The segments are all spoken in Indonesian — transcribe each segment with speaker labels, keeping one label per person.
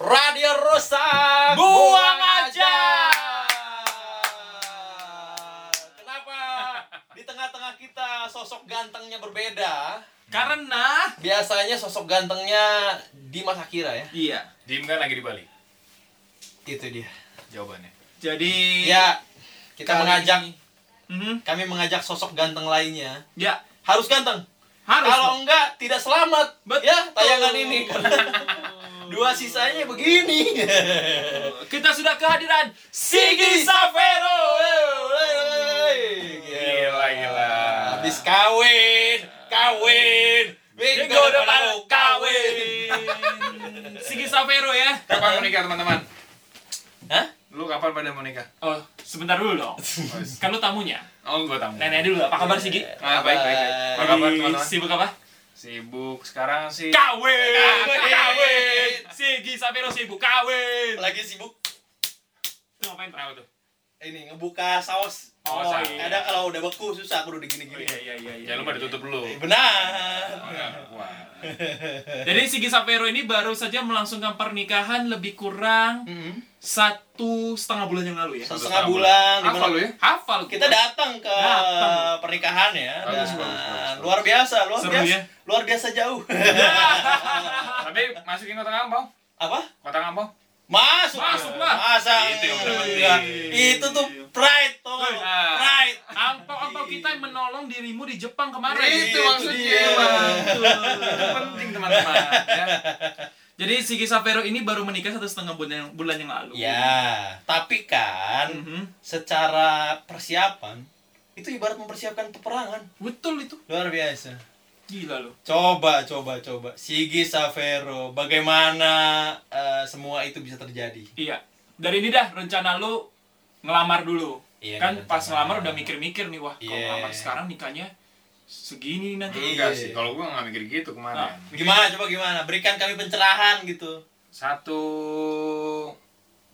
Speaker 1: Radio rusak. Buang aja. Kenapa? Di tengah-tengah kita sosok gantengnya berbeda.
Speaker 2: Karena
Speaker 1: Biasanya sosok gantengnya Dimas Akira ya.
Speaker 2: iya.
Speaker 3: Dim kan lagi di Bali
Speaker 1: Itu dia.
Speaker 3: jawabannya. Iya.
Speaker 2: Jadi
Speaker 1: Ya, kita
Speaker 2: Kali
Speaker 1: mengajak
Speaker 2: Mhm.
Speaker 1: kami mengajak sosok ganteng lainnya.
Speaker 2: ya
Speaker 1: Harus ganteng.
Speaker 2: harus.
Speaker 1: Kalau enggak tidak selamat
Speaker 2: Betul.
Speaker 1: ya tayangan ini. Dua sisanya begini.
Speaker 2: kita sudah kehadiran
Speaker 1: Sigi Savero.
Speaker 3: Gila gila.
Speaker 1: Iya. Habis kawin, kawin. Minggu
Speaker 2: udah
Speaker 1: depan
Speaker 2: mau kawin. Sigi Savero ya.
Speaker 3: Kapan mau nikah teman-teman?
Speaker 1: Hah?
Speaker 3: Lu kapan pada mau nikah?
Speaker 2: Oh, sebentar dulu dong. Kan lu tamunya.
Speaker 3: Oh, gua tamu.
Speaker 2: Nenek dulu, apa kabar Sigi?
Speaker 3: Ah, baik baik. baik. Apa kabar teman-teman?
Speaker 2: Sibuk apa?
Speaker 3: Sibuk sekarang sih.
Speaker 2: Kawin.
Speaker 1: Kawin.
Speaker 2: Kawin. Sigi Savero sibuk kawin.
Speaker 1: Lagi sibuk
Speaker 2: Lu ngapain terawih tuh?
Speaker 1: ini ngebuka saus.
Speaker 2: Oh,
Speaker 3: saus.
Speaker 2: iya.
Speaker 1: Kadang kalau udah beku susah aku udah gini-gini.
Speaker 3: Oh,
Speaker 2: Iya iya iya. iya.
Speaker 3: Jangan lupa ditutup dulu.
Speaker 1: Benar.
Speaker 3: Wah.
Speaker 2: Jadi Sigi Savero ini baru saja melangsungkan pernikahan lebih kurang
Speaker 3: Hmm.
Speaker 2: satu setengah bulan yang lalu ya.
Speaker 1: Satu setengah bulan. di
Speaker 3: Apa
Speaker 1: mana
Speaker 3: lu ya?
Speaker 2: Hafal
Speaker 1: Kita datang ke
Speaker 2: Datang.
Speaker 1: pernikahan ya.
Speaker 3: Bagus,
Speaker 1: Dan
Speaker 3: bagus, bagus.
Speaker 1: luar biasa, luar
Speaker 2: Seru
Speaker 1: biasa.
Speaker 2: ya?
Speaker 1: Luar biasa jauh.
Speaker 3: Tapi masukin kota Ngambau.
Speaker 1: Apa?
Speaker 3: Kota Ngambau.
Speaker 1: Masuk.
Speaker 2: Masuk lah.
Speaker 1: Masa
Speaker 3: Itu yang Iya. terpenting.
Speaker 1: enggak? Itu tuh pride tuh.
Speaker 3: Nah.
Speaker 1: Pride.
Speaker 2: Angpau-angpau kita yang menolong dirimu di Jepang kemarin.
Speaker 3: Itu maksudnya.
Speaker 1: dia.
Speaker 3: Iya, Itu penting teman-teman. ya.
Speaker 2: Jadi Sigi Savero ini baru menikah satu setengah bulan yang, bulan yang
Speaker 3: Iya.
Speaker 2: lalu.
Speaker 1: Ya, tapi kan
Speaker 2: Mhm.
Speaker 1: secara persiapan itu ibarat mempersiapkan peperangan.
Speaker 2: Betul itu.
Speaker 1: Luar biasa.
Speaker 2: Gila loh.
Speaker 1: Coba, coba, coba. Sigi Savero, bagaimana eh, semua itu bisa terjadi?
Speaker 2: Iya. Dari ini dah rencana lu ngelamar dulu.
Speaker 1: Iya,
Speaker 2: kan
Speaker 1: rencana.
Speaker 2: pas ngelamar udah mikir-mikir nih wah kalau
Speaker 1: Iya.
Speaker 2: ngelamar sekarang nikahnya segini nanti.
Speaker 3: Enggak
Speaker 1: Iya.
Speaker 3: sih. Kalau gua nggak mikir gitu kemarin.
Speaker 1: Gimana coba gimana? Berikan kami pencerahan gitu.
Speaker 3: Satu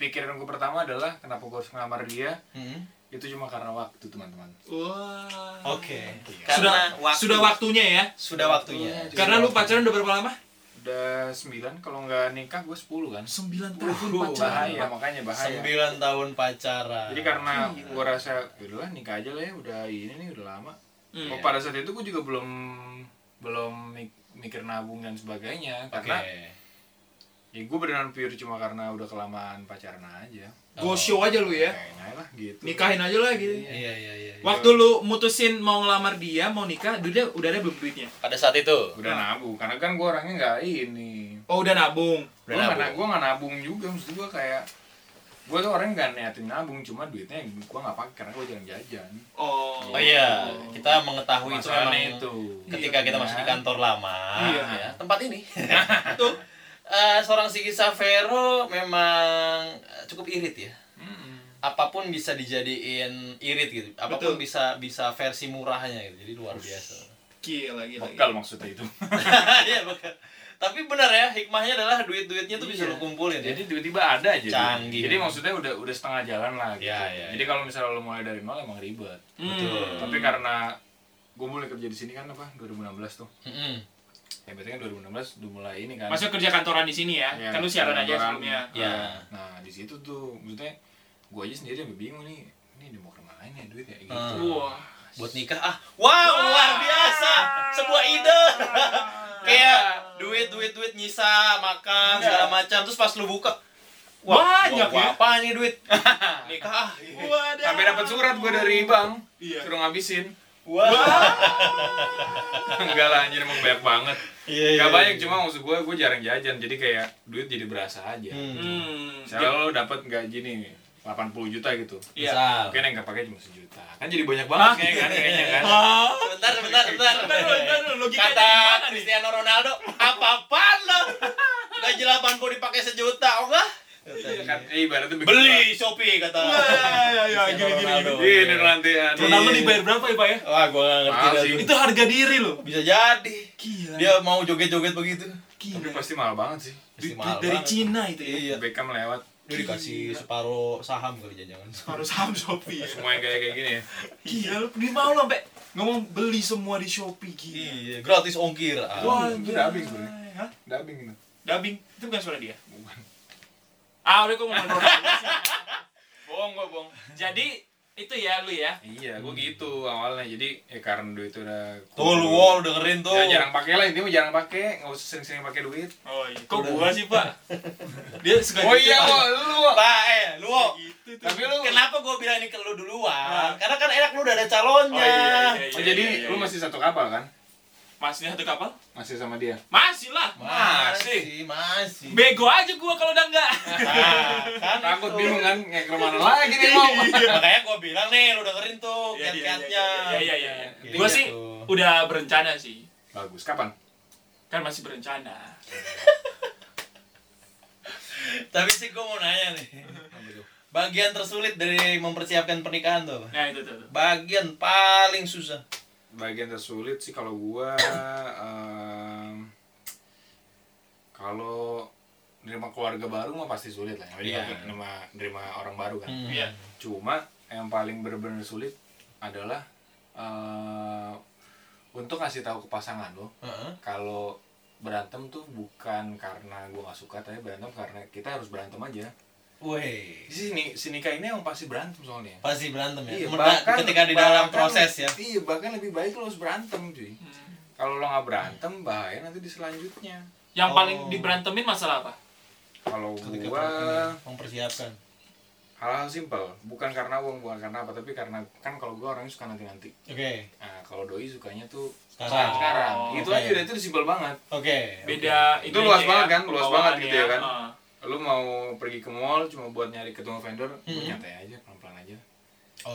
Speaker 3: pikiran gua pertama adalah kenapa gua harus ngelamar dia?
Speaker 1: Hmm.
Speaker 3: Itu cuma karena waktu teman-teman.
Speaker 2: Wah.
Speaker 1: Oke.
Speaker 3: Iya.
Speaker 2: Sudah
Speaker 1: Karena waktu-
Speaker 2: sudah waktunya ya.
Speaker 1: sudah waktunya.
Speaker 2: Karena lu pacaran udah berapa lama?
Speaker 3: Udah 9 kalau nggak nikah gue 10 kan.
Speaker 2: 9 tahun
Speaker 1: Wuh,
Speaker 2: pacaran.
Speaker 3: Bahaya makanya bahaya.
Speaker 1: iya, Sembilan Iya. tahun pacaran.
Speaker 3: Jadi karena gue rasa udahlah nikah aja lah ya udah ini nih udah lama.
Speaker 2: Hmm.
Speaker 3: Oh, pada saat itu gue juga belum belum mik- mikir nabung dan sebagainya
Speaker 1: Oke.
Speaker 3: karena ya gue beneran pure cuma karena udah kelamaan pacaran aja.
Speaker 2: Go show aja lu
Speaker 1: Oh,
Speaker 2: ya.
Speaker 3: Kayaknya lah gitu.
Speaker 2: Nikahin aja lah gitu.
Speaker 1: Iya iya iya. iya.
Speaker 2: Waktu lu mutusin mau ngelamar dia, mau nikah, udah udah ada belum duitnya?
Speaker 1: Pada saat itu.
Speaker 3: Udah nabung karena kan gue orangnya nggak ini.
Speaker 2: Oh, udah nabung.
Speaker 3: Gue nggak gue nggak nabung juga maksud gue kayak gue tuh orang nggak niatin nabung cuma duitnya gue nggak pakai karena gue jarang jajan.
Speaker 2: Oh.
Speaker 1: Oh iya, kita mengetahui itu memang
Speaker 3: Masalahnya itu.
Speaker 1: ketika
Speaker 3: Iya,
Speaker 1: kita masih di kantor lama,
Speaker 2: Iya.
Speaker 1: ya, tempat ini. Itu eh, seorang Sigi Savero memang eh, cukup irit ya. Apapun bisa dijadiin irit gitu.
Speaker 2: Betul.
Speaker 1: Apapun bisa bisa versi murahnya gitu. Jadi luar biasa.
Speaker 2: Gila, gila.
Speaker 3: Bekal maksudnya itu.
Speaker 1: Iya, bakal. Tapi benar ya, hikmahnya adalah duit-duitnya tuh bisa lo kumpulin ya.
Speaker 3: Jadi tiba-tiba ada aja.
Speaker 1: Canggih.
Speaker 3: Jadi maksudnya udah udah setengah jalan lah gitu.
Speaker 1: Ya, ya,
Speaker 3: Jadi
Speaker 1: ya.
Speaker 3: kalau misalnya lo mulai dari nol emang ribet.
Speaker 2: Hmm.
Speaker 1: Betul.
Speaker 3: Tapi
Speaker 2: kan
Speaker 3: karena gue mulai kerja di sini kan apa 2016 tuh.
Speaker 1: Mm-mm.
Speaker 3: Ya berarti kan 2016 udah mulai ini kan.
Speaker 2: Masuk kerja kantoran di sini ya.
Speaker 3: Ya,
Speaker 2: kan lu siaran aja
Speaker 3: kantoran.
Speaker 2: sebelumnya.
Speaker 3: Nah,
Speaker 1: Ya.
Speaker 3: Nah, di situ tuh maksudnya gue aja sendiri yang bingung nih. Ini di mau kemana ya duit ya gitu.
Speaker 1: Hmm.
Speaker 2: Wah.
Speaker 1: Buat nikah ah. Wow, luar biasa. Sebuah ide. Kayak duit duit duit nyisa makan segala macam terus pas lu buka wah,
Speaker 2: Iya. Banyak
Speaker 1: wah,
Speaker 2: ya?
Speaker 1: apa nih duit nikah ah.
Speaker 2: Wadah.
Speaker 3: Sampai dapat surat gue dari bank
Speaker 2: Iya.
Speaker 3: suruh ngabisin.
Speaker 1: wah
Speaker 3: Enggak lah anjir emang banyak banget.
Speaker 1: iya
Speaker 3: Enggak banyak cuma maksud gue gue jarang jajan jadi kayak duit jadi berasa aja.
Speaker 1: Hmm.
Speaker 2: Hmm.
Speaker 3: Misalnya lo dapat gaji nih 80 juta gitu
Speaker 2: Iya.
Speaker 3: mungkin yang nggak pakai cuma sejuta kan jadi banyak banget kayaknya kan kayaknya kan
Speaker 4: Bentar, bentar, bentar.
Speaker 2: Bentar dulu, bentar dulu, logikanya
Speaker 4: Kata
Speaker 2: gimana nih?
Speaker 4: Cristiano Ronaldo, apa-apaan lo? Gaji 80 dipakai sejuta, oh enggak?
Speaker 3: Iya kan eh, ibaratnya begitu
Speaker 4: Beli Shopee kata.
Speaker 2: ya,
Speaker 4: Cristiano
Speaker 2: gini, gini,
Speaker 4: Ronaldo.
Speaker 3: lah. ini nanti aduh.
Speaker 2: Ronaldo dibayar berapa ya, Pak ya?
Speaker 4: Wah, gua nggak ngerti
Speaker 3: Mahal
Speaker 4: dah
Speaker 3: sih.
Speaker 1: Iya.
Speaker 4: tuh.
Speaker 2: Itu harga diri loh.
Speaker 4: Bisa jadi.
Speaker 2: Gila.
Speaker 4: Dia mau joget-joget begitu.
Speaker 3: tapi
Speaker 2: gila.
Speaker 3: pasti mahal banget sih
Speaker 4: Pasti
Speaker 2: Duit- duit
Speaker 4: mahal
Speaker 2: dari
Speaker 4: banget.
Speaker 2: Cina itu ya.
Speaker 4: Iya.
Speaker 3: Beckham lewat
Speaker 4: Dia dikasih separuh saham kali jangan.
Speaker 2: Harus saham Shopee ya.
Speaker 3: semua yang kayak kayak gini ya
Speaker 2: Gila lu, dia mau lo sampai ngomong beli semua di Shopee gila.
Speaker 4: Iya, gratis ongkir. ah.
Speaker 2: Wah,
Speaker 3: Itu
Speaker 2: gila.
Speaker 3: dubbing sebenarnya.
Speaker 2: Hah?
Speaker 3: dubbing gitu
Speaker 2: Dubbing? Itu bukan suara dia?
Speaker 3: Bukan.
Speaker 2: Ah, udah gue mau ngomong Ronaldo sih. Bohong gue, bohong. Jadi, itu ya lu ya.
Speaker 3: iya gue gitu awalnya jadi ya karena duit udah
Speaker 4: Tuh lu wow, dengerin tuh.
Speaker 3: Ya, jarang pakai lah intinya mah jarang pakai nggak usah sering-sering pakai duit
Speaker 2: Oh iya. Kok gua sih, Pak? Dia suka
Speaker 3: oh
Speaker 2: gitu,
Speaker 3: iya
Speaker 2: Pak.
Speaker 3: kok lu Wo.
Speaker 4: Pak, eh, lu wow.
Speaker 2: Gitu tuh.
Speaker 3: tapi lu
Speaker 4: Kenapa gua bilang ini ke lu duluan?
Speaker 2: Ah.
Speaker 4: Karena kan enak lu udah ada
Speaker 2: Oh
Speaker 4: calonnya.
Speaker 2: iya, iya, iya,
Speaker 3: Oh, jadi
Speaker 2: iya, iya,
Speaker 3: lu
Speaker 2: iya.
Speaker 3: masih satu kapal kan
Speaker 2: Masih satu kapal?
Speaker 3: masih sama dia
Speaker 2: Masih lah.
Speaker 4: Masih, masih.
Speaker 2: Bego aja gua kalau udah enggak.
Speaker 4: Nah, kan
Speaker 3: takut
Speaker 4: itu.
Speaker 3: bingung kan kayak kemana lagi nih mau
Speaker 4: Makanya gua bilang nih, lu dengerin tuh
Speaker 2: Iya, iya,
Speaker 4: kiat-kiatnya.
Speaker 2: Iya, iya, iya.
Speaker 4: Gitu.
Speaker 2: Gua sih udah berencana sih.
Speaker 3: bagus kapan
Speaker 2: Kan masih berencana. iya.
Speaker 4: Tapi sih gua mau nanya nih. Bagian tersulit dari mempersiapkan pernikahan tuh apa?
Speaker 2: Nah, itu tuh. tuh.
Speaker 4: Bagian paling susah.
Speaker 3: bagian tersulit sih kalau gua em, kalau nerima keluarga baru mah pasti sulit lah
Speaker 4: Iya.
Speaker 3: ya. nerima nerima orang baru kan
Speaker 4: Hmm.
Speaker 2: Iya.
Speaker 3: cuma yang paling bener-bener sulit adalah eh, untuk ngasih tahu ke pasangan lo
Speaker 4: Heeh.
Speaker 3: kalau berantem tuh bukan karena gua nggak suka tapi berantem karena kita harus berantem aja
Speaker 4: Wih.
Speaker 3: di sini sini nikah ini emang pasti berantem soalnya
Speaker 4: Pasti berantem ya.
Speaker 3: Iya,
Speaker 4: Mereka- ketika di dalam
Speaker 3: bahkan-
Speaker 4: proses ya.
Speaker 3: Iya, bahkan lebih baik lo harus berantem, cuy. Kalau lo nggak berantem, bahaya nanti di selanjutnya.
Speaker 2: Yang
Speaker 4: Oh.
Speaker 2: paling diberantemin masalah apa?
Speaker 3: Kalau
Speaker 4: Ketika ya.
Speaker 3: gua
Speaker 4: ini, mempersiapkan.
Speaker 3: hal-hal simpel, bukan karena uang, bukan karena apa, tapi karena kan kalau gua orangnya suka nanti-nanti.
Speaker 4: Oke.
Speaker 3: Nah, kalau doi sukanya tuh
Speaker 4: Sekarang.
Speaker 3: sekarang.
Speaker 2: Oh,
Speaker 3: itu
Speaker 4: oke.
Speaker 3: aja udah itu udah simpel banget.
Speaker 4: Oke.
Speaker 2: Beda
Speaker 3: Ya,
Speaker 2: ya,
Speaker 3: Itu luas
Speaker 2: aja
Speaker 3: banget kan? Luas banget gitu ya kan?
Speaker 2: Heeh.
Speaker 3: Lo mau pergi ke mall cuma buat nyari ketemu vendor, gua
Speaker 4: Mm-mm.
Speaker 3: nyantai aja, pelan-pelan aja.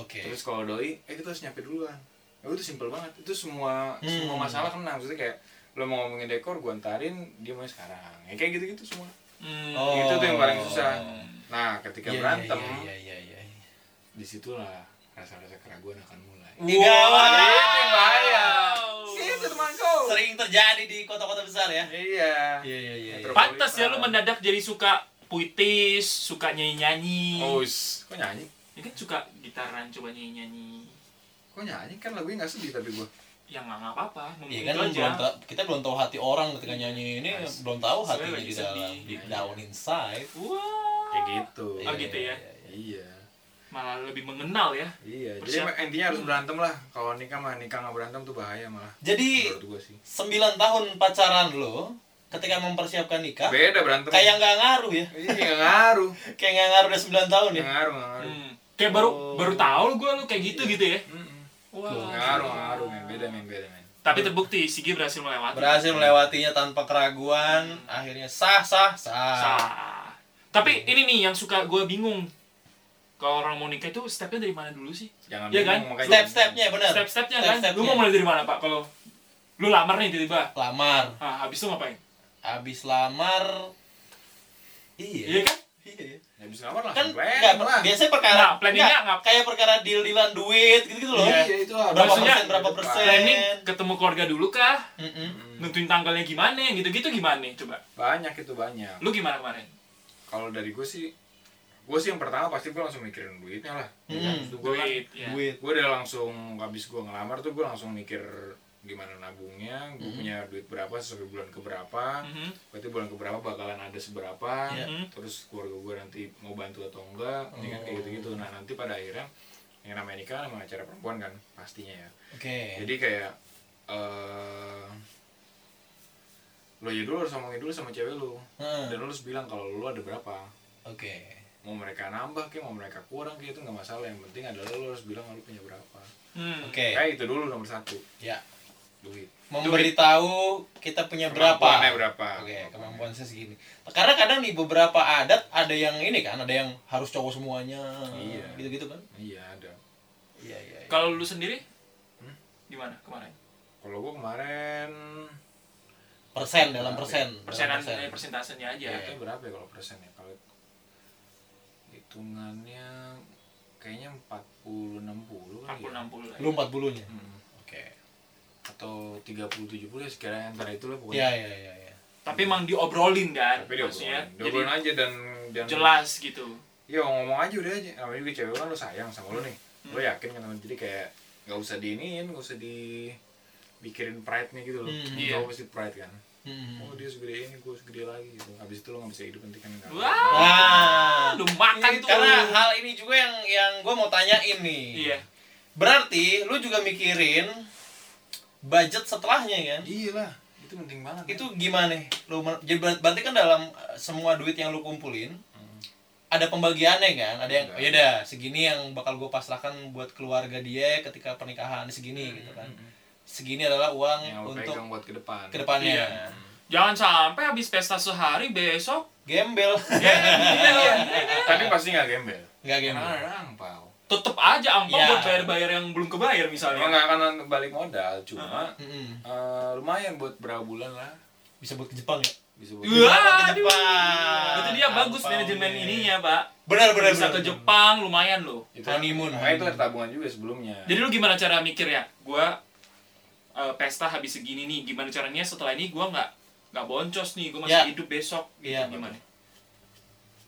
Speaker 4: Oke.
Speaker 3: Terus kalau doi, eh kita harus nyampe duluan. Ya itu simpel banget. Itu semua
Speaker 4: Hmm.
Speaker 3: semua masalah kena. Maksudnya kayak lo mau ngomongin dekor, gua antarin, dia mau sekarang. Ya kayak gitu-gitu semua.
Speaker 2: Hmm.
Speaker 4: Oh.
Speaker 3: Itu tuh yang paling susah. Nah, ketika
Speaker 4: Iya, iya,
Speaker 3: berantem,
Speaker 4: Iya iya iya. iya.
Speaker 3: disitulah rasa-rasa keraguan akan mulai.
Speaker 4: Tiga orang.
Speaker 3: Jadi itu yang bahaya. Gitu.
Speaker 2: Wow.
Speaker 3: Itu temanku.
Speaker 4: Sering terjadi di kota-kota besar ya.
Speaker 3: Iya.
Speaker 4: Iya iya iya. iya.
Speaker 2: Pantes ya lu mendadak jadi suka puitis, suka nyanyi-nyanyi.
Speaker 3: Oh, is. kok nyanyi?
Speaker 2: Ya kan suka gitaran coba nyanyi-nyanyi.
Speaker 3: Kok nyanyi kan lagunya nggak sedih tapi gua.
Speaker 4: Iya.
Speaker 2: Ya nggak nggak apa-apa, ngomong
Speaker 1: Iya
Speaker 2: gitu
Speaker 1: kan lu
Speaker 2: aja.
Speaker 1: belum ta- kita belum tahu hati orang ketika
Speaker 3: Iya.
Speaker 1: nyanyi ini
Speaker 3: Nice.
Speaker 1: belum tahu
Speaker 2: Sebenarnya
Speaker 1: hatinya
Speaker 2: lagi
Speaker 1: di dalam
Speaker 2: sedih.
Speaker 1: deep down inside.
Speaker 2: Wah.
Speaker 3: Kayak gitu.
Speaker 2: Oh, gitu ya?
Speaker 3: Iya.
Speaker 2: Malah lebih mengenal ya.
Speaker 3: Iya, jadi
Speaker 2: Persiap-
Speaker 3: intinya harus berantem lah. Kalau nikah mah nikah nggak berantem tuh bahaya malah.
Speaker 1: Jadi
Speaker 3: Menurut gua sih.
Speaker 1: 9 tahun pacaran lo ketika mempersiapkan nikah
Speaker 3: Beda berantem.
Speaker 1: kayak nggak ngaruh ya.
Speaker 3: Iya nggak ngaruh,
Speaker 1: Kayak nggak ngaruh udah 9 tahun ya.
Speaker 3: nggak ngaruh, nggak ngaruh.
Speaker 2: Hmm. Kayak baru
Speaker 1: Oh.
Speaker 2: baru tahu gue lu kayak gitu gitu ya.
Speaker 3: Mm-mm. Nggak
Speaker 2: Wah.
Speaker 3: ngaruh, nggak ngaruh, men. Beda, men, beda, men.
Speaker 2: Tapi terbukti Sigi berhasil melewati.
Speaker 1: Berhasil melewatinya tanpa keraguan, akhirnya sah sah sah.
Speaker 2: Sah. Tapi ini nih yang suka gue bingung. Kalau orang mau nikah itu stepnya dari mana dulu sih?
Speaker 3: Jangan
Speaker 2: Iya kan?
Speaker 3: bingung, makanya.
Speaker 1: Step-stepnya benar.
Speaker 2: Step-stepnya kan?
Speaker 1: Step-stepnya.
Speaker 2: Lu mau mulai dari mana pak? Kalau lu lamar nih tiba-tiba.
Speaker 1: Lamar,
Speaker 2: Ah, habis itu ngapain?
Speaker 1: habis lamar
Speaker 2: Iya
Speaker 1: Iya.
Speaker 2: kan?
Speaker 1: Iya.
Speaker 3: Ya bisa ngelamar lah.
Speaker 1: Kan
Speaker 3: plan
Speaker 1: nggak
Speaker 3: lah.
Speaker 1: biasanya perkara
Speaker 2: Nah, planningnya
Speaker 1: nggak,
Speaker 2: ngap-
Speaker 1: kayak perkara deal-dealan duit gitu-gitu loh.
Speaker 3: Iya, itu harus.
Speaker 1: Berapa
Speaker 2: Maksudnya,
Speaker 1: persen berapa persen?
Speaker 2: Planning Eh, ketemu keluarga dulu kah?
Speaker 1: Mm-mm.
Speaker 2: Nentuin tanggalnya gimana? Gitu-gitu gimana? Coba.
Speaker 3: Banyak itu banyak.
Speaker 2: Lu gimana kemarin?
Speaker 3: Kalau dari gue sih, gue sih yang pertama pasti gue langsung mikirin duitnya lah. Ya kan?
Speaker 1: Hmm,
Speaker 3: Terus gua kan-
Speaker 2: Duit. ya.
Speaker 1: Duit.
Speaker 3: gue udah langsung habis gue ngelamar tuh gue langsung mikir gimana nabungnya, gue punya duit berapa sesuai bulan keberapa,
Speaker 2: Mhm.
Speaker 3: berarti bulan keberapa bakalan ada seberapa,
Speaker 2: Iya.
Speaker 3: terus keluarga gue nanti mau bantu atau enggak, ya kan kayak
Speaker 2: Oh.
Speaker 3: gitu-gitu. Nah nanti pada akhirnya yang namanya nikah kan emang acara perempuan kan pastinya ya.
Speaker 1: Oke.
Speaker 2: Iya.
Speaker 3: Jadi kayak eh lo aja dulu harus ngomongin dulu sama cewek lo,
Speaker 1: Hmm.
Speaker 3: dan lo harus bilang kalau lo ada berapa,
Speaker 1: Oke.
Speaker 3: mau mereka nambah kayak mau mereka kurang kayak itu nggak masalah yang penting adalah lo harus bilang lo punya berapa
Speaker 2: Hmm.
Speaker 1: Oke.
Speaker 3: kayak Eh, itu dulu nomor satu
Speaker 1: Ya.
Speaker 3: duit
Speaker 1: Memberitahu kita punya berapa.
Speaker 3: Kemampuannya berapa
Speaker 1: Oke, kemampuan konsekuensinya segini karena kadang di beberapa adat ada yang ini kan ada yang harus cowok semuanya
Speaker 3: Iya.
Speaker 1: gitu-gitu kan
Speaker 3: Iya ada.
Speaker 1: iya iya iya.
Speaker 2: Kalau lu sendiri gimana kemarin?
Speaker 3: Kalau gua kemarin
Speaker 1: persen dalam persen dalam
Speaker 2: Persenan eh, persentasenya aja.
Speaker 3: ya, itu berapa ya kalau persen ya? Kalau hitungannya kayaknya 40 60 kali
Speaker 2: 40 60
Speaker 3: ya.
Speaker 2: lah.
Speaker 1: lu empat nya
Speaker 3: Hmm.
Speaker 1: oke
Speaker 3: atau 30 70 ya sekiranya antara itulah
Speaker 1: iya
Speaker 3: pokoknya.
Speaker 1: iya iya iya
Speaker 2: Tapi emang diobrolin kan?
Speaker 3: Tapi dia
Speaker 2: maksudnya. Jadi
Speaker 3: obrolin aja dan dan
Speaker 2: jelas gitu.
Speaker 3: Iya ngomong aja udah aja. Namanya juga cewek kan lo sayang sama lo nih. Lo yakin kan sama jadi kayak nggak usah diinin, nggak usah dipikirin pride-nya gitu loh.
Speaker 1: Hmm,
Speaker 3: Cowok
Speaker 2: iya.
Speaker 3: pasti pride kan.
Speaker 1: Hmm.
Speaker 3: Oh dia segede ini, gue segede lagi gitu. Abis itu lo nggak bisa hidup nanti kan nggak.
Speaker 2: Wah,
Speaker 1: nah
Speaker 2: lu makan tuh.
Speaker 1: karena hal ini juga yang yang gue mau tanyain nih
Speaker 2: Iya.
Speaker 1: berarti lu juga mikirin budget setelahnya kan
Speaker 3: Iya lah, itu penting banget.
Speaker 1: itu gimana lu men- jadi ber- berarti kan dalam eh, semua duit yang lu kumpulin ada pembagiannya kan ada yang
Speaker 3: Ada.
Speaker 1: ya dah segini yang bakal gue pasrahkan buat keluarga dia ketika pernikahan segini gitu kan segini adalah uang
Speaker 3: yang lo
Speaker 1: untuk
Speaker 3: pegang buat ke depan.
Speaker 1: kedepannya Nah,
Speaker 2: Iya. Jangan sampai habis pesta sehari besok
Speaker 1: gembel Iya.
Speaker 3: Tapi pasti nggak gembel.
Speaker 1: nggak gembel
Speaker 3: Ngarang pau.
Speaker 2: tetep aja angpau
Speaker 1: Iya.
Speaker 2: buat bayar-bayar yang belum kebayar
Speaker 3: Emang
Speaker 2: misalnya.
Speaker 3: nggak akan balik modal, cuma
Speaker 1: Mm-mm.
Speaker 3: eh, lumayan buat berapa bulan lah
Speaker 1: bisa buat ke Jepang ya
Speaker 3: bisa buat.
Speaker 2: Wah,
Speaker 1: ke Jepang
Speaker 2: itu dia bagus
Speaker 1: Angpau
Speaker 2: manajemen
Speaker 1: nih.
Speaker 2: ininya, Pak.
Speaker 1: benar benar
Speaker 2: Bisa
Speaker 1: benar.
Speaker 2: ke Jepang lumayan loh.
Speaker 3: Itu
Speaker 1: honeymoon,
Speaker 3: Makanya itu ada tabungan juga sebelumnya.
Speaker 2: Jadi lu gimana cara mikir ya? Gua eh, pesta habis segini nih, gimana caranya setelah ini gua nggak nggak boncos nih, gua masih
Speaker 1: Ya.
Speaker 2: hidup besok. Gitu,
Speaker 1: Iya,
Speaker 2: gimana?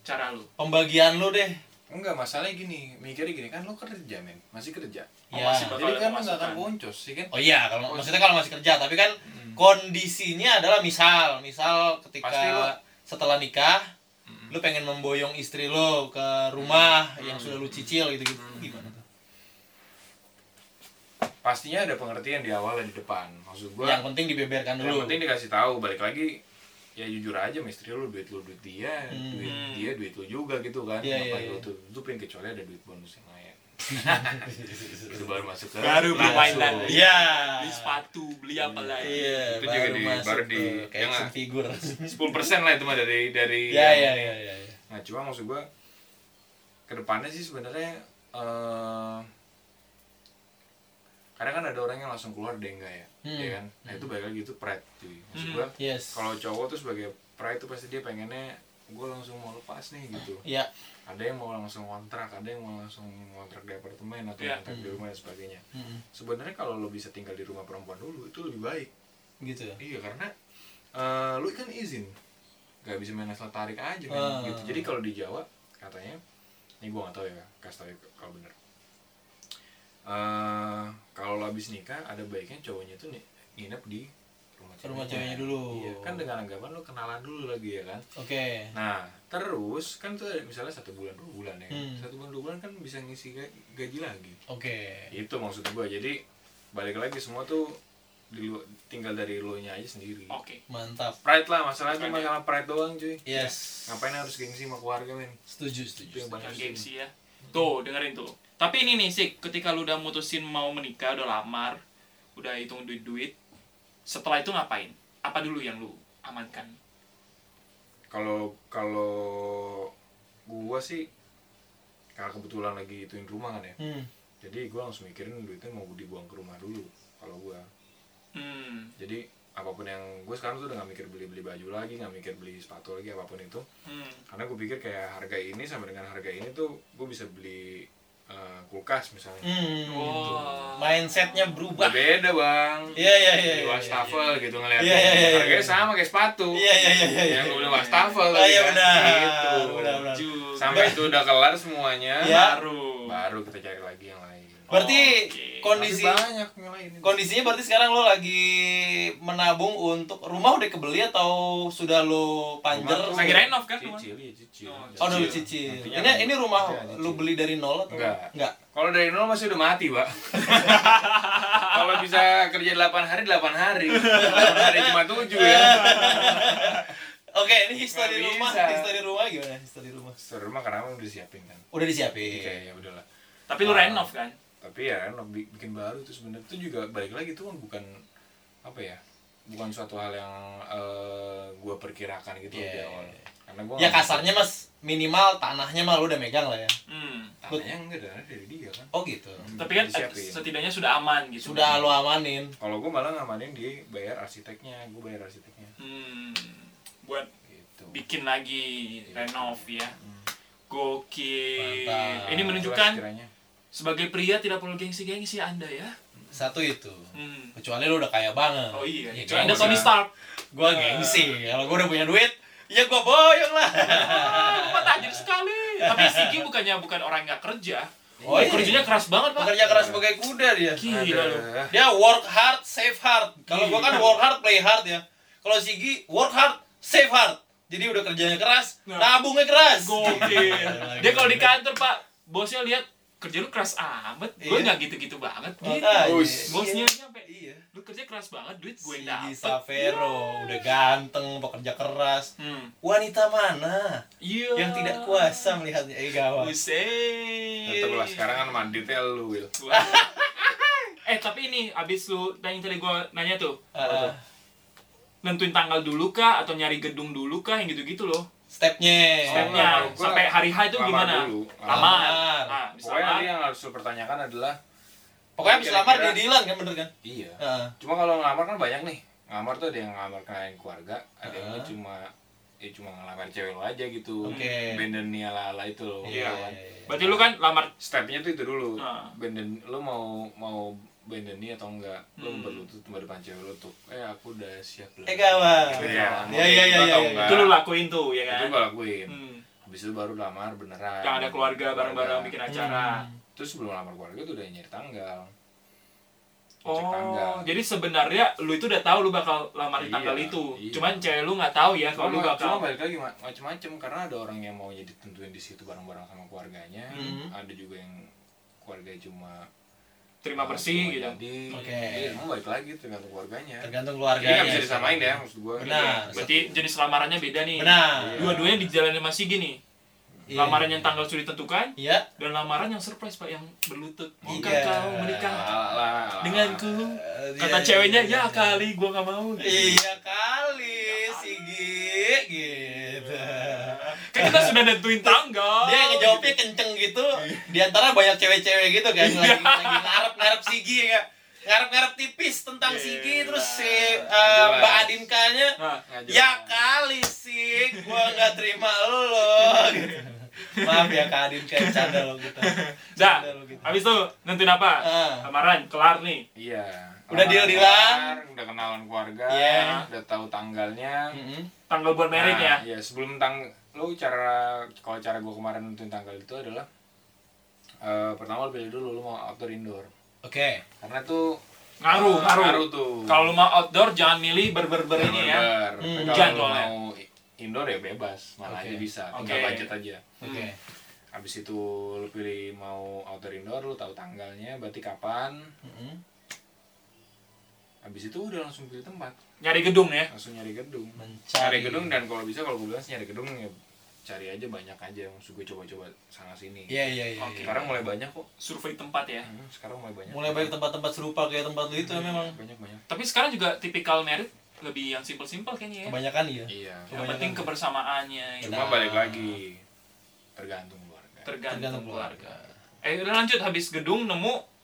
Speaker 2: Cara lu?
Speaker 1: pembagian lu deh
Speaker 3: Enggak, masalahnya gini, mikirnya gini, kan lo kerja men, masih kerja
Speaker 2: Oh,
Speaker 1: Ya.
Speaker 2: masih bakal ada
Speaker 3: Jadi kan lo gak akan
Speaker 2: pemasukan.
Speaker 3: boncos, sih kan?
Speaker 1: Oh iya, kalau maksudnya kalau masih kerja, tapi kan kondisinya adalah misal, misal ketika
Speaker 3: Pasti lu-
Speaker 1: setelah nikah, lu pengen memboyong istri lu ke rumah yang sudah lu cicil gitu-gitu, gimana tuh?
Speaker 3: Pastinya ada pengertian di awal dan di depan Maksud gue,
Speaker 1: yang
Speaker 3: yang,
Speaker 1: penting dibeberkan dulu.
Speaker 3: penting dikasih tahu balik lagi Ya jujur aja, sama istri lu duit lu, duit dia,
Speaker 1: Hmm.
Speaker 3: duit dia, duit lu juga gitu kan
Speaker 1: Iya,
Speaker 3: Ngapain
Speaker 1: iya,
Speaker 3: lu
Speaker 1: iya.
Speaker 3: tuh tutupin, kecuali ada duit bonus yang lain Itu baru masuk ke
Speaker 2: Baru permainan.
Speaker 3: langsung.
Speaker 1: Iya.
Speaker 2: Beli sepatu, beli apa lagi?
Speaker 1: Iya,
Speaker 3: Itu juga
Speaker 1: baru
Speaker 3: di-
Speaker 1: masuk
Speaker 3: baru di-
Speaker 1: tuh, kayak
Speaker 3: yang-
Speaker 1: action figure.
Speaker 3: 10% lah itu mah dari dari
Speaker 1: Iya, iya, iya, iya. iya.
Speaker 3: Nah cuma maksud gue kedepannya sih sebenarnya eh kadang kan ada orang yang langsung keluar ada yang enggak ya,
Speaker 1: Hmm.
Speaker 3: ya kan? Nah itu balik lagi itu pride cuy. Maksud gue
Speaker 1: Yes.
Speaker 3: kalau cowok tuh sebagai pride tuh pasti dia pengennya gue langsung mau lepas nih gitu.
Speaker 1: Iya.
Speaker 3: Ada yang mau langsung kontrak, ada yang mau langsung kontrak di apartemen atau
Speaker 2: Iya.
Speaker 3: kontrak di
Speaker 1: Hmm.
Speaker 3: rumah dan sebagainya.
Speaker 1: Mm-mm.
Speaker 3: Sebenarnya kalau lo bisa tinggal di rumah perempuan dulu itu lebih baik.
Speaker 1: Gitu ya.
Speaker 3: Iya karena eh, lu kan izin gak bisa main asal tarik aja men,
Speaker 1: Ah.
Speaker 3: gitu. Jadi kalau di Jawa katanya ini gua nggak tahu ya kasih tau ya kalau bener. Eh, kalau lo habis nikah ada baiknya cowoknya tuh ni- nginep di rumah
Speaker 1: Ke rumah ceweknya dulu.
Speaker 3: Iya, kan dengan anggapan lu kenalan dulu lagi ya kan.
Speaker 1: Oke.
Speaker 3: Nah terus kan tuh ada misalnya satu bulan dua bulan ya. kan?
Speaker 1: Hmm.
Speaker 3: Satu bulan dua bulan kan bisa ngisi ga- gaji lagi
Speaker 1: Oke.
Speaker 3: itu maksud gua jadi balik lagi semua tuh di lu- tinggal dari lo nya aja sendiri
Speaker 2: Oke.
Speaker 1: Mantap.
Speaker 3: pride lah masalahnya cuma masalah pride doang cuy
Speaker 1: Yes.
Speaker 3: ngapain harus gengsi sama keluarga men
Speaker 1: Setuju,
Speaker 3: itu
Speaker 1: setuju.
Speaker 3: yang banyak
Speaker 2: Yang gengsi ya. Tuh, dengerin tuh. Tapi ini nih sih, ketika lu udah mutusin mau menikah, udah lamar, udah hitung duit-duit, setelah itu ngapain? Apa dulu yang lu amankan?
Speaker 3: kalau kalau gua sih karena kebetulan lagi ituin rumah kan ya
Speaker 1: Hmm.
Speaker 3: jadi gua langsung mikirin duitnya mau dibuang ke rumah dulu kalau gua
Speaker 2: Hmm.
Speaker 3: jadi apapun yang gue sekarang tuh udah gak mikir beli beli baju lagi nggak mikir beli sepatu lagi apapun itu
Speaker 2: Hmm.
Speaker 3: karena gue pikir kayak harga ini sama dengan harga ini tuh gue bisa beli eh, kulkas misalnya
Speaker 1: Hmm.
Speaker 2: Wah.
Speaker 1: Mindsetnya berubah.
Speaker 3: beda bang
Speaker 1: Iya, iya, iya,
Speaker 3: Beli
Speaker 1: iya,
Speaker 3: wastafel gitu ngeliat
Speaker 1: Iya, iya, iya, iya.
Speaker 3: harganya sama kayak sepatu
Speaker 1: Iya iya iya iya.
Speaker 3: yang gue beli wastafel
Speaker 1: Ah,
Speaker 3: tadi
Speaker 1: iya
Speaker 3: kan.
Speaker 1: benar.
Speaker 3: gitu
Speaker 1: Benar, benar.
Speaker 2: Juga.
Speaker 3: sampai itu udah kelar semuanya
Speaker 1: Iya.
Speaker 2: baru.
Speaker 3: baru kita cari lagi yang lain
Speaker 1: Berarti
Speaker 2: Oke.
Speaker 1: kondisi
Speaker 3: Tapi banyak yang lain ini.
Speaker 1: kondisinya berarti sekarang lo lagi menabung untuk rumah udah kebeli atau sudah lo panjer?
Speaker 3: Rumah tuh
Speaker 2: Lagi renov kan, rumah?
Speaker 3: cicil iya cicil
Speaker 2: Oh,
Speaker 1: Oh, udah lo
Speaker 2: Cicil.
Speaker 1: cicil.
Speaker 3: Nantinya
Speaker 1: Ini
Speaker 3: kan-
Speaker 1: ini rumah
Speaker 3: Iya, cicil.
Speaker 1: lo beli dari nol atau
Speaker 3: Enggak.
Speaker 1: Enggak.
Speaker 3: kalau dari nol masih udah mati pak kalau bisa kerja 8 hari 8 hari 8 hari cuma 7 ya
Speaker 1: Eh. Oke, ini histori
Speaker 3: Nggak
Speaker 1: rumah,
Speaker 3: bisa.
Speaker 1: histori rumah gimana? Histori rumah.
Speaker 3: seru mah karena emang udah siapin kan
Speaker 1: Udah
Speaker 3: Jadi kayak
Speaker 1: disiapin.
Speaker 3: ya udahlah
Speaker 2: Tapi
Speaker 1: Ah.
Speaker 2: lu renov kan?
Speaker 3: tapi ya kan bi- bikin baru itu sebenarnya itu juga balik lagi itu kan bukan apa ya bukan suatu hal yang eh, gua perkirakan gitu
Speaker 1: Iya,
Speaker 3: di
Speaker 1: iya,
Speaker 3: awal.
Speaker 1: iya.
Speaker 3: Karena gua
Speaker 1: Ya kasarnya mas minimal tanahnya mah lu udah megang lah ya.
Speaker 2: Hmm.
Speaker 3: tanahnya "Ah, enggak ada dari dia kan.
Speaker 1: Oh gitu.
Speaker 2: Tapi kan eh,
Speaker 3: Disiapin.
Speaker 2: setidaknya sudah aman gitu.
Speaker 1: Sudah lu amanin.
Speaker 3: Kalau gua malah ngamanin dia bayar arsiteknya, gua bayar arsiteknya
Speaker 2: Hmm. Buat
Speaker 3: gitu.
Speaker 2: bikin lagi
Speaker 1: Iya.
Speaker 2: renov ya. Gokil.
Speaker 1: Hmm. Mantap.
Speaker 2: Ini menunjukkan
Speaker 3: Nah, Jelas kiranya.
Speaker 2: sebagai pria tidak perlu gengsi-gengsi Anda ya.
Speaker 1: Satu itu.
Speaker 2: Hmm.
Speaker 1: Kecuali lu udah kaya banget.
Speaker 2: Oh iya,
Speaker 1: Ya,
Speaker 2: itu
Speaker 1: kan?
Speaker 2: Anda Tony Stark.
Speaker 1: Gua gengsi. Kalau gua udah punya duit, ya gua boyong lah.
Speaker 2: Apa Ah, tajir sekali. Tapi Sigi bukannya bukan orang nggak kerja.
Speaker 1: Oh iya.
Speaker 2: Kerjanya keras banget, Pak.
Speaker 5: Bekerja keras sebagai kuda dia.
Speaker 2: Gila lu.
Speaker 3: Ada.
Speaker 1: Dia Ya, work hard, save hard. Kalau gua kan work hard, play hard ya. Kalau Sigi work hard, save hard. Jadi udah kerjanya keras,
Speaker 2: Nah.
Speaker 1: tabungnya keras. Iya,
Speaker 2: Gokil. Dia kalau di kantor, Pak, bosnya lihat kerja lu keras amat. Gue
Speaker 1: Iya. ah.
Speaker 2: nggak gitu-gitu banget. Gitu.
Speaker 1: Makanya.
Speaker 2: Bosnya nyampe.
Speaker 1: Iya.
Speaker 2: Lu kerja keras banget, duit gue
Speaker 1: Sigi
Speaker 2: dapet.
Speaker 1: Savero udah ganteng, pekerja keras.
Speaker 2: Hmm.
Speaker 1: Wanita mana
Speaker 2: Iya.
Speaker 1: yang tidak kuasa melihatnya? Eh gawat.
Speaker 3: Nah,
Speaker 2: Buset.
Speaker 3: tapi lah sekarang kan mandi detail lu, Will.
Speaker 2: Wah. eh tapi ini abis lu tanya tadi gua nanya tuh
Speaker 1: Ah,
Speaker 2: nentuin tanggal dulu kah atau nyari gedung dulu kah yang gitu-gitu loh
Speaker 1: stepnya.
Speaker 2: stepnya
Speaker 3: Oh, gua
Speaker 2: sampai hari H itu
Speaker 3: lamar
Speaker 2: gimana
Speaker 3: dulu.
Speaker 2: lamar
Speaker 1: Lamar.
Speaker 2: nah, abis
Speaker 3: Pokoknya
Speaker 2: lamar,
Speaker 3: nanti ya. yang harus lu pertanyakan adalah
Speaker 1: Pokoknya abis lamar dia
Speaker 3: Kira-kira-
Speaker 1: dilan kan bener kan?
Speaker 3: Iya.
Speaker 1: Heeh.
Speaker 3: Cuma kalau ngelamar kan banyak nih. Ngelamar tuh ada yang ngelamar kenalin keluarga, ada yang
Speaker 1: Heeh.
Speaker 3: cuma ya cuma ngelamar cewek lo aja gitu.
Speaker 1: Oke.
Speaker 3: Bendennya lala itu loh.
Speaker 1: Iya.
Speaker 2: berarti lu kan lamar
Speaker 3: Stepnya tuh itu dulu.
Speaker 2: Ah.
Speaker 3: Benden lo mau mau bendeni atau enggak? Lo
Speaker 2: Hmm.
Speaker 3: berlutut cuma depan cewek lo tuh. Eh aku udah siap belum?
Speaker 1: Eh gawat.
Speaker 3: Gitu ya.
Speaker 1: Iya iya iya
Speaker 3: Atau
Speaker 1: iya.
Speaker 3: enggak?
Speaker 2: itu lu lakuin tuh ya
Speaker 3: Itu
Speaker 2: kan
Speaker 3: gue lakuin.
Speaker 2: Hmm.
Speaker 3: Habis itu baru lamar beneran.
Speaker 2: yang ada keluarga bareng-bareng bikin acara
Speaker 3: Terus sebelum lamar keluarga tuh udah nyari tanggal. Cek tanggal.
Speaker 2: Oh, jadi sebenarnya lu itu udah tahu lu bakal lamar di
Speaker 3: Iya,
Speaker 2: tanggal itu.
Speaker 3: iya.
Speaker 2: Cuman cewek lu nggak tahu ya kalau lu
Speaker 3: Cuma, cuma
Speaker 2: bakal.
Speaker 3: balik lagi ma- macem-macem karena ada orang yang mau jadi tentuin di situ bareng-bareng sama keluarganya,
Speaker 1: Mhm.
Speaker 3: ada juga yang keluarga cuma
Speaker 2: terima
Speaker 3: uh,
Speaker 2: bersih
Speaker 3: cuma
Speaker 2: gitu.
Speaker 3: Jadi,
Speaker 1: Oke.
Speaker 3: Iya, emang balik lagi tergantung keluarganya.
Speaker 1: Tergantung
Speaker 3: Jadi nggak
Speaker 1: keluarganya.
Speaker 3: bisa disamain ya maksud gua.
Speaker 1: Benar.
Speaker 2: Berarti jenis lamarannya beda nih.
Speaker 1: Benar.
Speaker 3: Iya.
Speaker 2: Dua-duanya dijalani masih gini.
Speaker 1: Iya.
Speaker 2: Lamaran yang tanggal sudah ditentukan
Speaker 1: Iya.
Speaker 2: dan lamaran yang surprise Pak yang berlutut. Maukah
Speaker 1: Iya.
Speaker 2: kau menikah
Speaker 3: Alah, alah.
Speaker 2: denganku?
Speaker 1: Eh, iya,
Speaker 2: Kata
Speaker 1: iya,
Speaker 2: ceweknya,
Speaker 1: iya,
Speaker 2: "Ya
Speaker 1: iya.
Speaker 2: kali gua nggak mau."
Speaker 1: Iya kali, Sigi gitu.
Speaker 2: Kan kita sudah nentuin tanggal.
Speaker 1: Dia ngejawabnya kenceng gitu. Di antara banyak cewek-cewek gitu kan
Speaker 2: Iya.
Speaker 1: lagi lagi ngarep-ngarep Sigi ya. nggak? Ngarep-ngarep tipis tentang
Speaker 2: Gila.
Speaker 1: Sigi terus si
Speaker 2: Iya.
Speaker 1: eh,
Speaker 3: Jelas.
Speaker 1: Mbak Adinkanya
Speaker 2: Nah,
Speaker 3: Ngajak.
Speaker 1: Ya kali sih, gua nggak terima lu gitu. Maaf ya Kak Adin kayak canda lo gitu.
Speaker 2: dah.
Speaker 1: Canda lo gitu.
Speaker 2: Habis itu nentuin apa?
Speaker 1: Ah.
Speaker 2: Lamaran kelar nih.
Speaker 3: Iya.
Speaker 1: Udah
Speaker 3: Lamaran
Speaker 1: deal-dealan.
Speaker 3: kelar, udah kenalan keluarga,
Speaker 1: Iya.
Speaker 3: udah tahu tanggalnya.
Speaker 1: Ah. Mm-mm.
Speaker 2: Tanggal buat merit
Speaker 3: Nah,
Speaker 1: Ah,
Speaker 2: ya.
Speaker 3: Iya, sebelum tang lu cara kalau cara gua kemarin nentuin tanggal itu adalah eh, pertama lu pilih dulu lu mau outdoor indoor.
Speaker 1: Oke.
Speaker 3: Karena tuh eh,
Speaker 1: Ah,
Speaker 2: Ngaruh, ngaruh.
Speaker 3: tuh.
Speaker 2: Kalau lu mau outdoor jangan milih berber-ber ini ya.
Speaker 3: Barbar.
Speaker 1: Hmm,
Speaker 3: Tapi
Speaker 2: hujan
Speaker 3: Kalau lu
Speaker 2: soalnya.
Speaker 3: mau indoor ya bebas, mana
Speaker 1: Oke.
Speaker 3: aja bisa, tinggal
Speaker 2: Oke.
Speaker 3: budget aja.
Speaker 1: Oke.
Speaker 3: Abis itu lu pilih mau outdoor indoor, lu tahu tanggalnya, berarti kapan.
Speaker 1: Mm-mm.
Speaker 3: Abis itu udah langsung pilih tempat,
Speaker 2: Nyari gedung ya.
Speaker 3: langsung nyari gedung.
Speaker 1: Mencari.
Speaker 3: Cari gedung dan kalau bisa kalau gue bilang sih nyari gedung ya cari aja banyak aja, maksud gue coba-coba sana sini.
Speaker 1: Iya iya iya.
Speaker 2: Oke.
Speaker 1: iya.
Speaker 3: Sekarang mulai banyak kok.
Speaker 2: Survei tempat ya.
Speaker 3: Hmm, Sekarang mulai banyak. Iya,
Speaker 1: Mulai banyak tempat-tempat serupa kayak tempat lu itu ya memang
Speaker 3: banyak banyak.
Speaker 2: Tapi sekarang juga tipikal merit lebih yang simple-simple kayaknya ya.
Speaker 1: kebanyakan ya.
Speaker 3: Iya.
Speaker 2: Yang penting kebersamaannya ya.
Speaker 3: Cuma balik lagi tergantung keluarga.
Speaker 2: tergantung,
Speaker 1: Tergantung
Speaker 2: keluarga.
Speaker 1: keluarga.
Speaker 2: Eh udah lanjut habis gedung nemu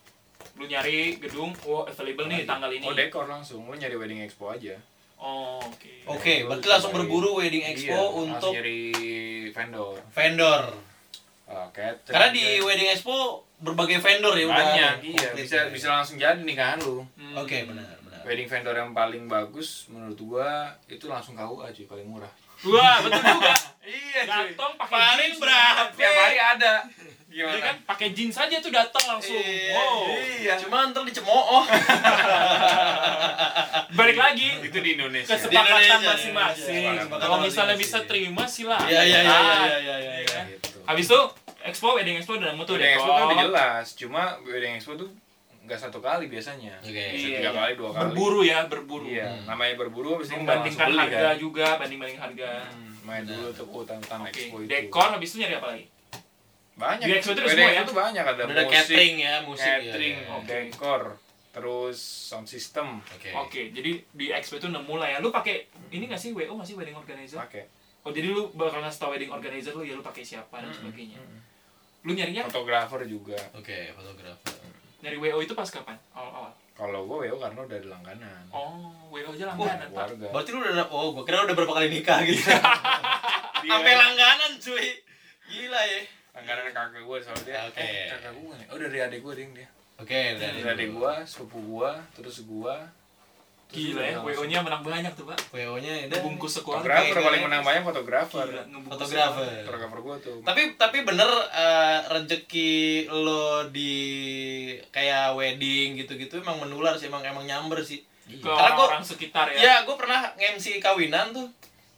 Speaker 2: lu nyari gedung oh available nih tanggal ini.
Speaker 3: Oh dekor langsung, lu nyari wedding expo aja.
Speaker 2: Oh, oke.
Speaker 1: Oke, berarti langsung berburu wedding expo
Speaker 3: Iya, langsung
Speaker 1: untuk
Speaker 3: nyari vendor.
Speaker 1: vendor.
Speaker 3: Oh, catering.
Speaker 1: Karena di wedding expo berbagai vendor ya udah.
Speaker 3: banyak, iya
Speaker 1: komplit
Speaker 3: bisa
Speaker 1: ya.
Speaker 3: bisa langsung jadi nikahan lu.
Speaker 2: Hmm.
Speaker 1: Oke, benar benar.
Speaker 3: Wedding vendor yang paling bagus menurut gua itu langsung KUA cuy paling murah.
Speaker 2: Wah, betul juga.
Speaker 3: Iya
Speaker 2: Datang pakai
Speaker 1: Paling
Speaker 2: jeans.
Speaker 1: berapa?
Speaker 3: Tiap hari ada.
Speaker 2: Iya
Speaker 3: Gimana?
Speaker 2: kan pakai jeans aja tuh datang langsung.
Speaker 1: Iya.
Speaker 2: Wow.
Speaker 3: Iya.
Speaker 1: Cuma ntar dicemooh.
Speaker 2: Balik lagi
Speaker 3: Itu di Indonesia.
Speaker 1: Kesep- Di
Speaker 2: kesepakatan
Speaker 1: Indonesia,
Speaker 2: masing-masing.
Speaker 3: Indonesia.
Speaker 2: Kalau misalnya
Speaker 1: Kesepakatan
Speaker 2: bisa terima silakan.
Speaker 1: Iya iya iya iya iya iya.
Speaker 2: Iya kan?
Speaker 3: Gitu.
Speaker 2: Habis itu expo wedding expo udah nemu tuh
Speaker 3: wedding
Speaker 2: dekor.
Speaker 3: expo tuh udah jelas, cuma wedding expo tuh nggak satu kali biasanya.
Speaker 1: Oke. Hmm.
Speaker 3: Bisa
Speaker 2: Iya,
Speaker 3: tiga
Speaker 2: iya.
Speaker 3: kali, dua kali.
Speaker 2: berburu ya berburu
Speaker 3: Iya, namanya berburu habis itu
Speaker 2: membandingkan
Speaker 3: langsung beli,
Speaker 2: harga
Speaker 3: kan.
Speaker 2: juga banding banding harga
Speaker 3: Hmm, main dulu tuh ke utang-utang
Speaker 2: oke
Speaker 3: expo itu.
Speaker 2: dekor habis itu nyari apa lagi
Speaker 3: banyak.
Speaker 2: Di expo itu ada
Speaker 3: Wedding
Speaker 2: semua ya?
Speaker 3: expo tuh banyak ada
Speaker 1: Udah ada
Speaker 3: musik,
Speaker 1: Ah.
Speaker 3: iya,
Speaker 1: catering ya, musik.
Speaker 3: catering,
Speaker 1: ya, ya.
Speaker 3: dekor, terus sound system
Speaker 2: Hmm.
Speaker 1: Oke.
Speaker 2: Oke, jadi di XP itu nemu lah ya. Lu pakai ini nggak sih WO masih wedding organizer?
Speaker 3: pakai
Speaker 2: Oh, jadi lu bakal ngasih tau wedding organizer lu ya lu pakai siapa
Speaker 3: Hmm,
Speaker 2: dan sebagainya. Ya. Lu nyarinya
Speaker 3: fotografer juga
Speaker 1: Oke, fotografer.
Speaker 2: nyari WO itu pas kapan? Awal-awal.
Speaker 3: kalau gue WO karena udah di langganan
Speaker 2: Oh, WO aja
Speaker 3: Sama
Speaker 2: langganan, Pak.
Speaker 3: keluarga
Speaker 1: Berarti lu udah oh, gua kira lu udah berapa kali nikah gitu.
Speaker 2: Iya.
Speaker 3: Dia-
Speaker 4: Sampai langganan cuy. Gila ya.
Speaker 3: langganan kakak gue soalnya dia
Speaker 1: Oke.
Speaker 3: eh kakak gue oh dari adik gue ding dia
Speaker 1: Oke, dari
Speaker 3: dari adik gue sepupu gue terus gue
Speaker 2: Gila ya, WO-nya menang banyak tuh, Pak.
Speaker 1: WO-nya ini
Speaker 2: Ngebungkus sekeluarga.
Speaker 3: fotografer
Speaker 1: kayak-
Speaker 3: paling menang banyak fotografer
Speaker 2: Gila, ngebungkus
Speaker 1: fotografer.
Speaker 3: fotografer gue tuh
Speaker 1: Tapi tapi bener eh, rezeki lo di kayak wedding gitu-gitu emang menular sih, emang emang nyamber sih.
Speaker 2: sekeluarga. Ke
Speaker 1: Karena gua-
Speaker 2: orang sekitar ya.
Speaker 1: Ya, gue pernah nge-MC kawinan tuh.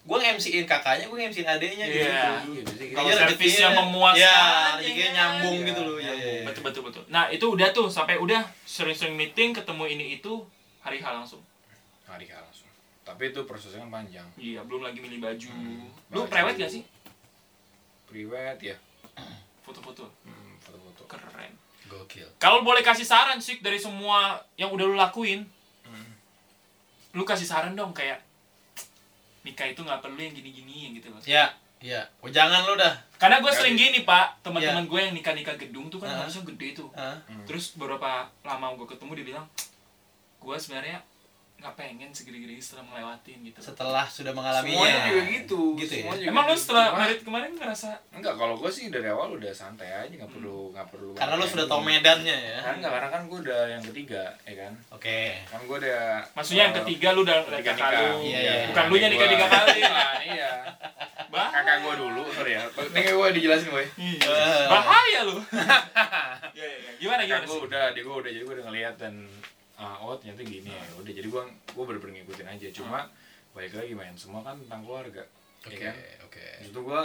Speaker 1: Gue nge-MC-in kakaknya, gue nge-MC-in adeknya gitu.
Speaker 2: Iya.
Speaker 3: Iya, biasanya gitu.
Speaker 2: Kalau
Speaker 1: Kayaknya
Speaker 2: servis
Speaker 1: rezekinya-
Speaker 2: yang memuaskan,
Speaker 1: Iya,
Speaker 2: ya
Speaker 1: rezekinya
Speaker 2: kan?
Speaker 1: nyambung
Speaker 3: Iya,
Speaker 1: gitu loh. Iya, iya, iya.
Speaker 2: Betul betul betul. Nah, itu udah tuh sampai udah sering-sering meeting, ketemu ini itu hari H langsung.
Speaker 3: Nah, nikah langsung tapi itu prosesnya kan panjang
Speaker 2: Iya, belum lagi milih baju.
Speaker 3: Hmm,
Speaker 2: Lu
Speaker 3: baju.
Speaker 2: prewed gak sih?
Speaker 3: priwet ya
Speaker 2: Foto-foto.
Speaker 3: hmm, foto-foto
Speaker 2: Keren.
Speaker 1: Gokil.
Speaker 2: Kalau boleh kasih saran sih dari semua yang udah lu lakuin, lu kasih saran dong kayak nikah itu nggak perlu yang gini-giniin gitu loh.
Speaker 1: Iya, iya. Oh, jangan lo dah.
Speaker 2: Karena gue
Speaker 3: Nggak
Speaker 2: sering
Speaker 3: gitu.
Speaker 2: gini pak, teman-teman gue yang nikah-nikah gedung tuh kan
Speaker 1: Ah.
Speaker 2: harusnya gede tuh.
Speaker 1: Hah?
Speaker 2: Terus beberapa lama gue ketemu dia bilang, gue sebenarnya nggak pengen segede-gede setelah melewatin gitu.
Speaker 1: Setelah sudah mengalaminya.
Speaker 3: semuanya juga gitu,
Speaker 1: Gitu ya?
Speaker 3: Semuanya juga
Speaker 2: Emang lu
Speaker 3: gitu.
Speaker 2: setelah
Speaker 3: Cuma-
Speaker 2: married kemarin ngerasa
Speaker 3: Enggak, kalau gue sih dari awal udah santai aja, nggak perlu nggak perlu.
Speaker 1: Hmm. Karena lo
Speaker 3: banyak
Speaker 1: sudah
Speaker 3: yang
Speaker 1: tau
Speaker 3: ini.
Speaker 1: medannya ya.
Speaker 3: Kan enggak, karena kan gue udah yang ketiga, ya kan.
Speaker 1: Oke.
Speaker 3: Kan gue udah.
Speaker 2: Maksudnya yang
Speaker 3: eh,
Speaker 2: ketiga lu udah
Speaker 3: ketiga
Speaker 2: nikah
Speaker 3: nikah.
Speaker 2: lu.
Speaker 1: Iya, iya.
Speaker 2: Bukan lu nya
Speaker 3: Adik
Speaker 2: nikah tiga
Speaker 3: gua.
Speaker 2: kali.
Speaker 3: Nah, iya.
Speaker 2: Bah.
Speaker 3: Kakak gue dulu, sorry ya. Ini gue dijelasin
Speaker 2: Iya,
Speaker 3: gue.
Speaker 1: Eh,
Speaker 2: Bahaya lu. Iya, iya, iya. Gimana
Speaker 3: Kakak
Speaker 2: gimana
Speaker 3: gue
Speaker 2: sih?
Speaker 3: udah, adik gue udah, jadi gue udah ngeliat dan ah, oh ternyata gini ya. Udah, jadi gue gue bener-bener ngikutin aja. Cuma balik lagi main semua kan tentang keluarga, ya
Speaker 1: Oke,
Speaker 3: kan.
Speaker 1: oke.
Speaker 3: Justru gue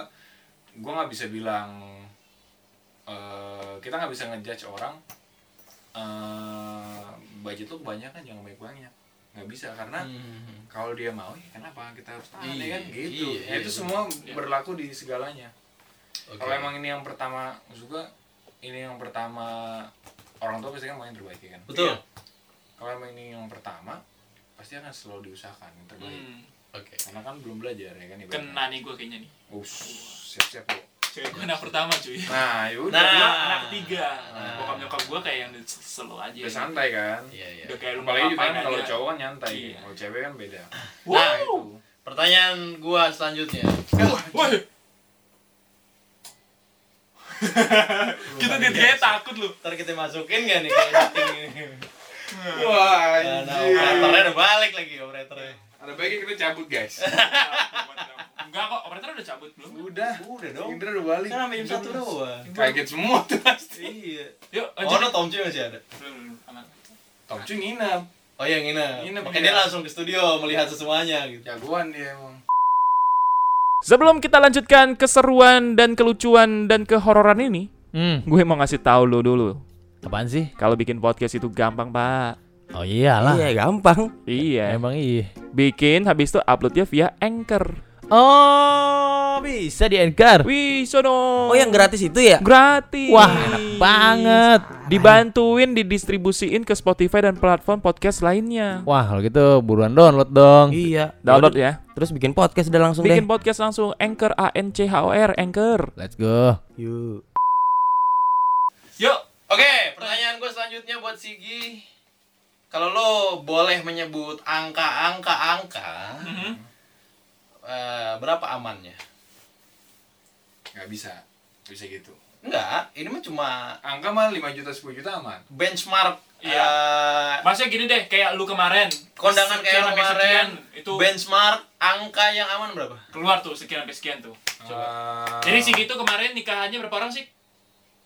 Speaker 3: gue nggak bisa bilang eh, kita nggak bisa ngejudge orang eh budget lu kebanyakan jangan banyak banyak nggak bisa karena
Speaker 1: Hmm.
Speaker 3: kalau dia mau ya kenapa kita harus tahan ya
Speaker 1: Iya,
Speaker 3: kan gitu
Speaker 1: iya,
Speaker 3: Ya,
Speaker 1: iya,
Speaker 3: itu
Speaker 1: bener.
Speaker 3: semua berlaku di segalanya
Speaker 1: Oke.
Speaker 3: kalau emang ini yang pertama juga ini yang pertama orang tua pasti kan mau yang terbaik ya kan
Speaker 1: betul.
Speaker 3: kalau emang ini yang pertama pasti akan selalu diusahakan yang terbaik
Speaker 2: Hmm,
Speaker 1: Oke.
Speaker 3: karena kan belum belajar ya kan ibaratnya.
Speaker 2: kena nih gue kayaknya nih.
Speaker 3: Us, siap-siap lu.
Speaker 2: Cewek gue anak pertama cuy.
Speaker 3: nah yaudah
Speaker 1: Nah.
Speaker 2: Gua anak ketiga.
Speaker 1: Nah.
Speaker 2: Bokap nyokap gue kayak yang selo aja.
Speaker 3: udah santai kan
Speaker 1: Iya, iya.
Speaker 2: Udah kayak lu
Speaker 3: apalagi juga
Speaker 2: ngapain
Speaker 3: kan kalau
Speaker 2: aja.
Speaker 3: cowok kan nyantai
Speaker 2: Iya.
Speaker 3: kalau cewek kan beda
Speaker 1: Nah,
Speaker 2: Wow.
Speaker 1: pertanyaan gua selanjutnya.
Speaker 2: Woi. Kita dia takut lu.
Speaker 1: Ntar kita masukin gak nih kayak dating ini?
Speaker 3: wah
Speaker 1: Nah, nah,
Speaker 3: Iya.
Speaker 1: operatornya udah balik lagi operatornya.
Speaker 3: ada baiknya kita cabut guys
Speaker 2: Enggak kok, operator udah cabut belum?
Speaker 3: udah
Speaker 1: Udah
Speaker 3: Indra udah balik
Speaker 1: Kan sampai jam satu doang.
Speaker 3: kaget semua tuh pasti
Speaker 1: Iya.
Speaker 2: Yuk,
Speaker 1: Oh, no, Tom Cuy masih ada.
Speaker 3: Tomcu nginep
Speaker 1: Oh iya Ngina.
Speaker 3: Nginep,
Speaker 1: Makanya dia
Speaker 3: iya.
Speaker 1: langsung ke studio melihat semuanya gitu.
Speaker 3: jagoan dia emang
Speaker 6: Sebelum kita lanjutkan keseruan dan kelucuan dan kehororan ini,
Speaker 7: Hmm,
Speaker 6: gue mau ngasih tahu lu dulu.
Speaker 7: apaan sih?
Speaker 6: Kalau bikin podcast itu gampang, Pak.
Speaker 7: Oh iyalah.
Speaker 8: Iya gampang.
Speaker 9: kan?
Speaker 6: Iya.
Speaker 7: Emang iya.
Speaker 6: Bikin habis itu uploadnya via Anchor.
Speaker 7: Oh, bisa di anchor.
Speaker 6: Wih,
Speaker 8: Oh
Speaker 6: sono.
Speaker 8: yang gratis itu ya?
Speaker 6: gratis.
Speaker 7: Wah, enak banget.
Speaker 6: Dibantuin didistribusiin ke Spotify dan platform podcast lainnya.
Speaker 7: Wah, kalau gitu buruan download dong.
Speaker 8: Iya.
Speaker 6: Download ya.
Speaker 8: Terus bikin podcast udah langsung deh.
Speaker 6: Bikin podcast langsung Anchor A N C H O R Anchor.
Speaker 7: Let's go.
Speaker 8: Yuk.
Speaker 2: Yuk,
Speaker 1: Oke, pertanyaan gue selanjutnya buat Sigi. Kalau lo boleh menyebut angka-angka-angka,
Speaker 2: Mhm.
Speaker 1: eh, berapa amannya?
Speaker 3: nggak bisa Nggak bisa gitu
Speaker 1: Enggak, ini mah cuma
Speaker 3: angka mah 5 juta 10 juta aman
Speaker 1: benchmark.
Speaker 2: Iya.
Speaker 1: eh,
Speaker 2: maksudnya gini deh, kayak lu kemarin
Speaker 1: kondangan
Speaker 2: sekian
Speaker 1: kayak
Speaker 2: sampai
Speaker 1: kemarin,
Speaker 2: sekian, itu
Speaker 1: benchmark angka yang aman berapa?
Speaker 2: keluar tuh sekian sampai sekian tuh.
Speaker 1: Ah.
Speaker 3: coba
Speaker 2: Jadi si gitu kemarin nikahannya berapa orang sih?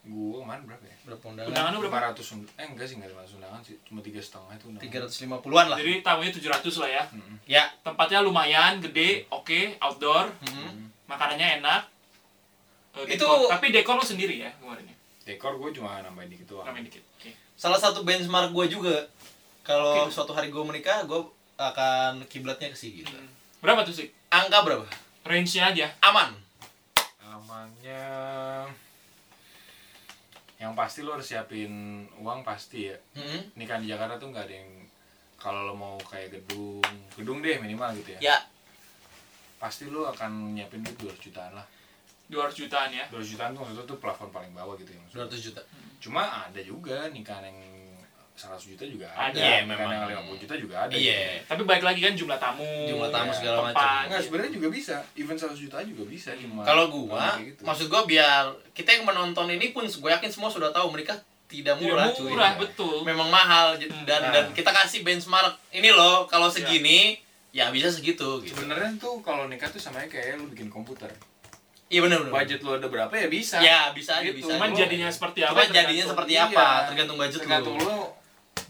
Speaker 3: gua kemarin berapa ya
Speaker 1: Berapa
Speaker 2: Undangan
Speaker 1: undangan?
Speaker 2: lu berapa?
Speaker 3: 500 und- eh enggak sih enggak 500 undangan sih cuma tiga setengah itu undangan
Speaker 1: 350-an lah.
Speaker 2: Jadi tamunya 700 lah ya.
Speaker 1: Ya.
Speaker 2: Tempatnya lumayan, gede,
Speaker 1: Hmm.
Speaker 2: oke, outdoor,
Speaker 1: mm-hmm.
Speaker 2: makanannya enak. Eh,
Speaker 1: Itu-
Speaker 2: dekor- tapi dekor lu sendiri ya kemarin ya.
Speaker 3: dekor gua cuma nambahin dikit doang
Speaker 2: Ramein dikit. Oke.
Speaker 1: Salah satu benchmark gue juga kalau suatu hari gue menikah, gue akan kiblatnya ke Sigi.
Speaker 2: Hmm. Berapa tuh sih?
Speaker 1: Angka berapa?
Speaker 2: Range-nya aja.
Speaker 1: Aman.
Speaker 3: amannya yang pasti lo harus siapin uang pasti ya
Speaker 1: Hmm.
Speaker 3: nikah di Jakarta tuh nggak ada yang kalau lo mau kayak gedung gedung deh minimal gitu ya,
Speaker 4: Ya.
Speaker 3: pasti lo akan nyiapin duit 200 jutaan lah
Speaker 2: 200 jutaan ya
Speaker 3: 200 jutaan tuh maksudnya tuh plafon paling bawah gitu ya maksudnya.
Speaker 1: 200 juta.
Speaker 3: cuma ada juga nikahan yang 100 juta juga
Speaker 2: Ada,
Speaker 3: ada,
Speaker 2: iya,
Speaker 3: nikahan
Speaker 1: memang.
Speaker 3: yang 50 juta juga ada gitu.
Speaker 1: Iya.
Speaker 2: tapi balik lagi kan jumlah tamu ya,
Speaker 1: Jumlah tamu
Speaker 3: Iya,
Speaker 1: segala
Speaker 2: tempat.
Speaker 1: macam.
Speaker 3: Enggak, sebenarnya juga bisa. Event 100 juta juga bisa cuma
Speaker 1: Kalau gua,
Speaker 3: kayak gitu.
Speaker 1: maksud gua biar kita yang menonton ini pun gue yakin semua sudah tahu mereka tidak murah,
Speaker 2: murah,
Speaker 1: cuy.
Speaker 2: murah
Speaker 3: Iya.
Speaker 2: betul
Speaker 1: Memang mahal jadi- dan
Speaker 3: Nah.
Speaker 1: dan kita kasih benchmark ini loh kalau segini ya bisa segitu gitu.
Speaker 3: sebenarnya tuh kalau nikah tuh sama aja kayak lu bikin komputer.
Speaker 1: Iya benar benar.
Speaker 3: Budget lu ada berapa ya bisa.
Speaker 1: Ya bisa aja
Speaker 3: Gitu.
Speaker 1: bisa.
Speaker 2: cuman
Speaker 3: Lu-
Speaker 1: aja.
Speaker 2: jadinya seperti apa
Speaker 1: Cuma jadinya
Speaker 2: tergantung.
Speaker 1: seperti
Speaker 3: Iya.
Speaker 1: apa tergantung budget
Speaker 3: Tergantung
Speaker 1: lu.
Speaker 3: lu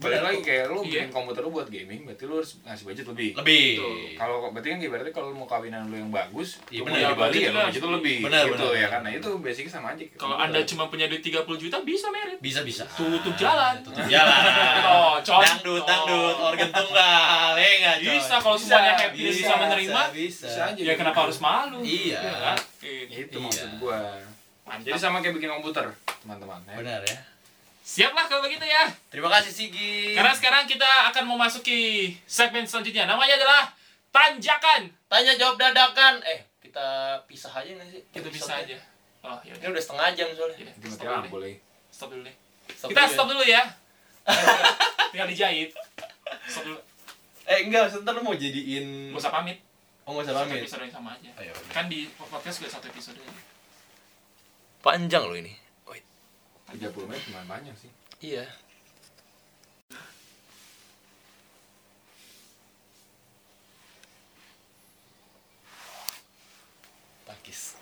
Speaker 3: balik lagi kayak lu
Speaker 2: Iya.
Speaker 3: bikin komputer lu buat gaming, berarti lu harus ngasih budget lebih.
Speaker 1: Lebih.
Speaker 2: Betul.
Speaker 3: Kalau berarti kan ibaratnya kalau lu mau kawinan lu yang bagus,
Speaker 1: Iya,
Speaker 3: lu
Speaker 1: bener.
Speaker 3: mau di Bali
Speaker 2: Budget
Speaker 3: ya
Speaker 2: lu
Speaker 3: lu
Speaker 2: harus
Speaker 3: budget lu
Speaker 2: lebih.
Speaker 3: lebih.
Speaker 1: Bener,
Speaker 3: gitu
Speaker 1: bener.
Speaker 3: ya karena itu basicnya sama aja. Gitu. kayak
Speaker 2: kalau
Speaker 3: komputer.
Speaker 2: anda cuma punya duit 30 juta bisa merit
Speaker 1: Bisa bisa.
Speaker 2: Tutup jalan.
Speaker 1: Tutup jalan.
Speaker 2: Oh, cocok.
Speaker 1: Dangdut dangdut organ tunggal. Eh enggak, coy.
Speaker 2: bisa kalau semuanya happy dan
Speaker 3: bisa,
Speaker 2: bisa menerima
Speaker 1: Bisa.
Speaker 3: bisa aja.
Speaker 2: ya kenapa harus malu
Speaker 1: Iya.
Speaker 2: Ya kan? Iya.
Speaker 3: itu
Speaker 1: Iya.
Speaker 3: maksud gua. Jadi
Speaker 2: mantap
Speaker 3: sama kayak bikin komputer, teman-teman. ya.
Speaker 1: Benar ya.
Speaker 2: siaplah kalau begitu ya
Speaker 1: Terima kasih Sigi.
Speaker 2: karena sekarang kita akan memasuki segmen selanjutnya namanya adalah tanjakan
Speaker 1: Tanya jawab dadakan. Eh, kita pisah aja nggak sih?
Speaker 2: kita bisa
Speaker 1: Episode-nya.
Speaker 2: aja oh ya
Speaker 1: Ini udah setengah jam soalnya.
Speaker 2: Iya,
Speaker 3: Itu mati
Speaker 2: stop dulu
Speaker 3: lampu
Speaker 2: deh.
Speaker 3: lagi.
Speaker 2: Stop dulu deh. Kita stop dulu ya. Tinggal dijahit. Stop dulu.
Speaker 1: Eh, enggak, sebentar lu mau jadiin
Speaker 2: Gak usah pamit.
Speaker 1: Oh, enggak usah
Speaker 2: Satu
Speaker 1: pamit.
Speaker 2: episode yang sama aja.
Speaker 1: Ayo, Ah, ya udah.
Speaker 2: Kan di podcast juga satu episode aja.
Speaker 1: Panjang lo ini. Wait.
Speaker 3: 30 menit lumayan banyak sih.
Speaker 1: Iya. Takis.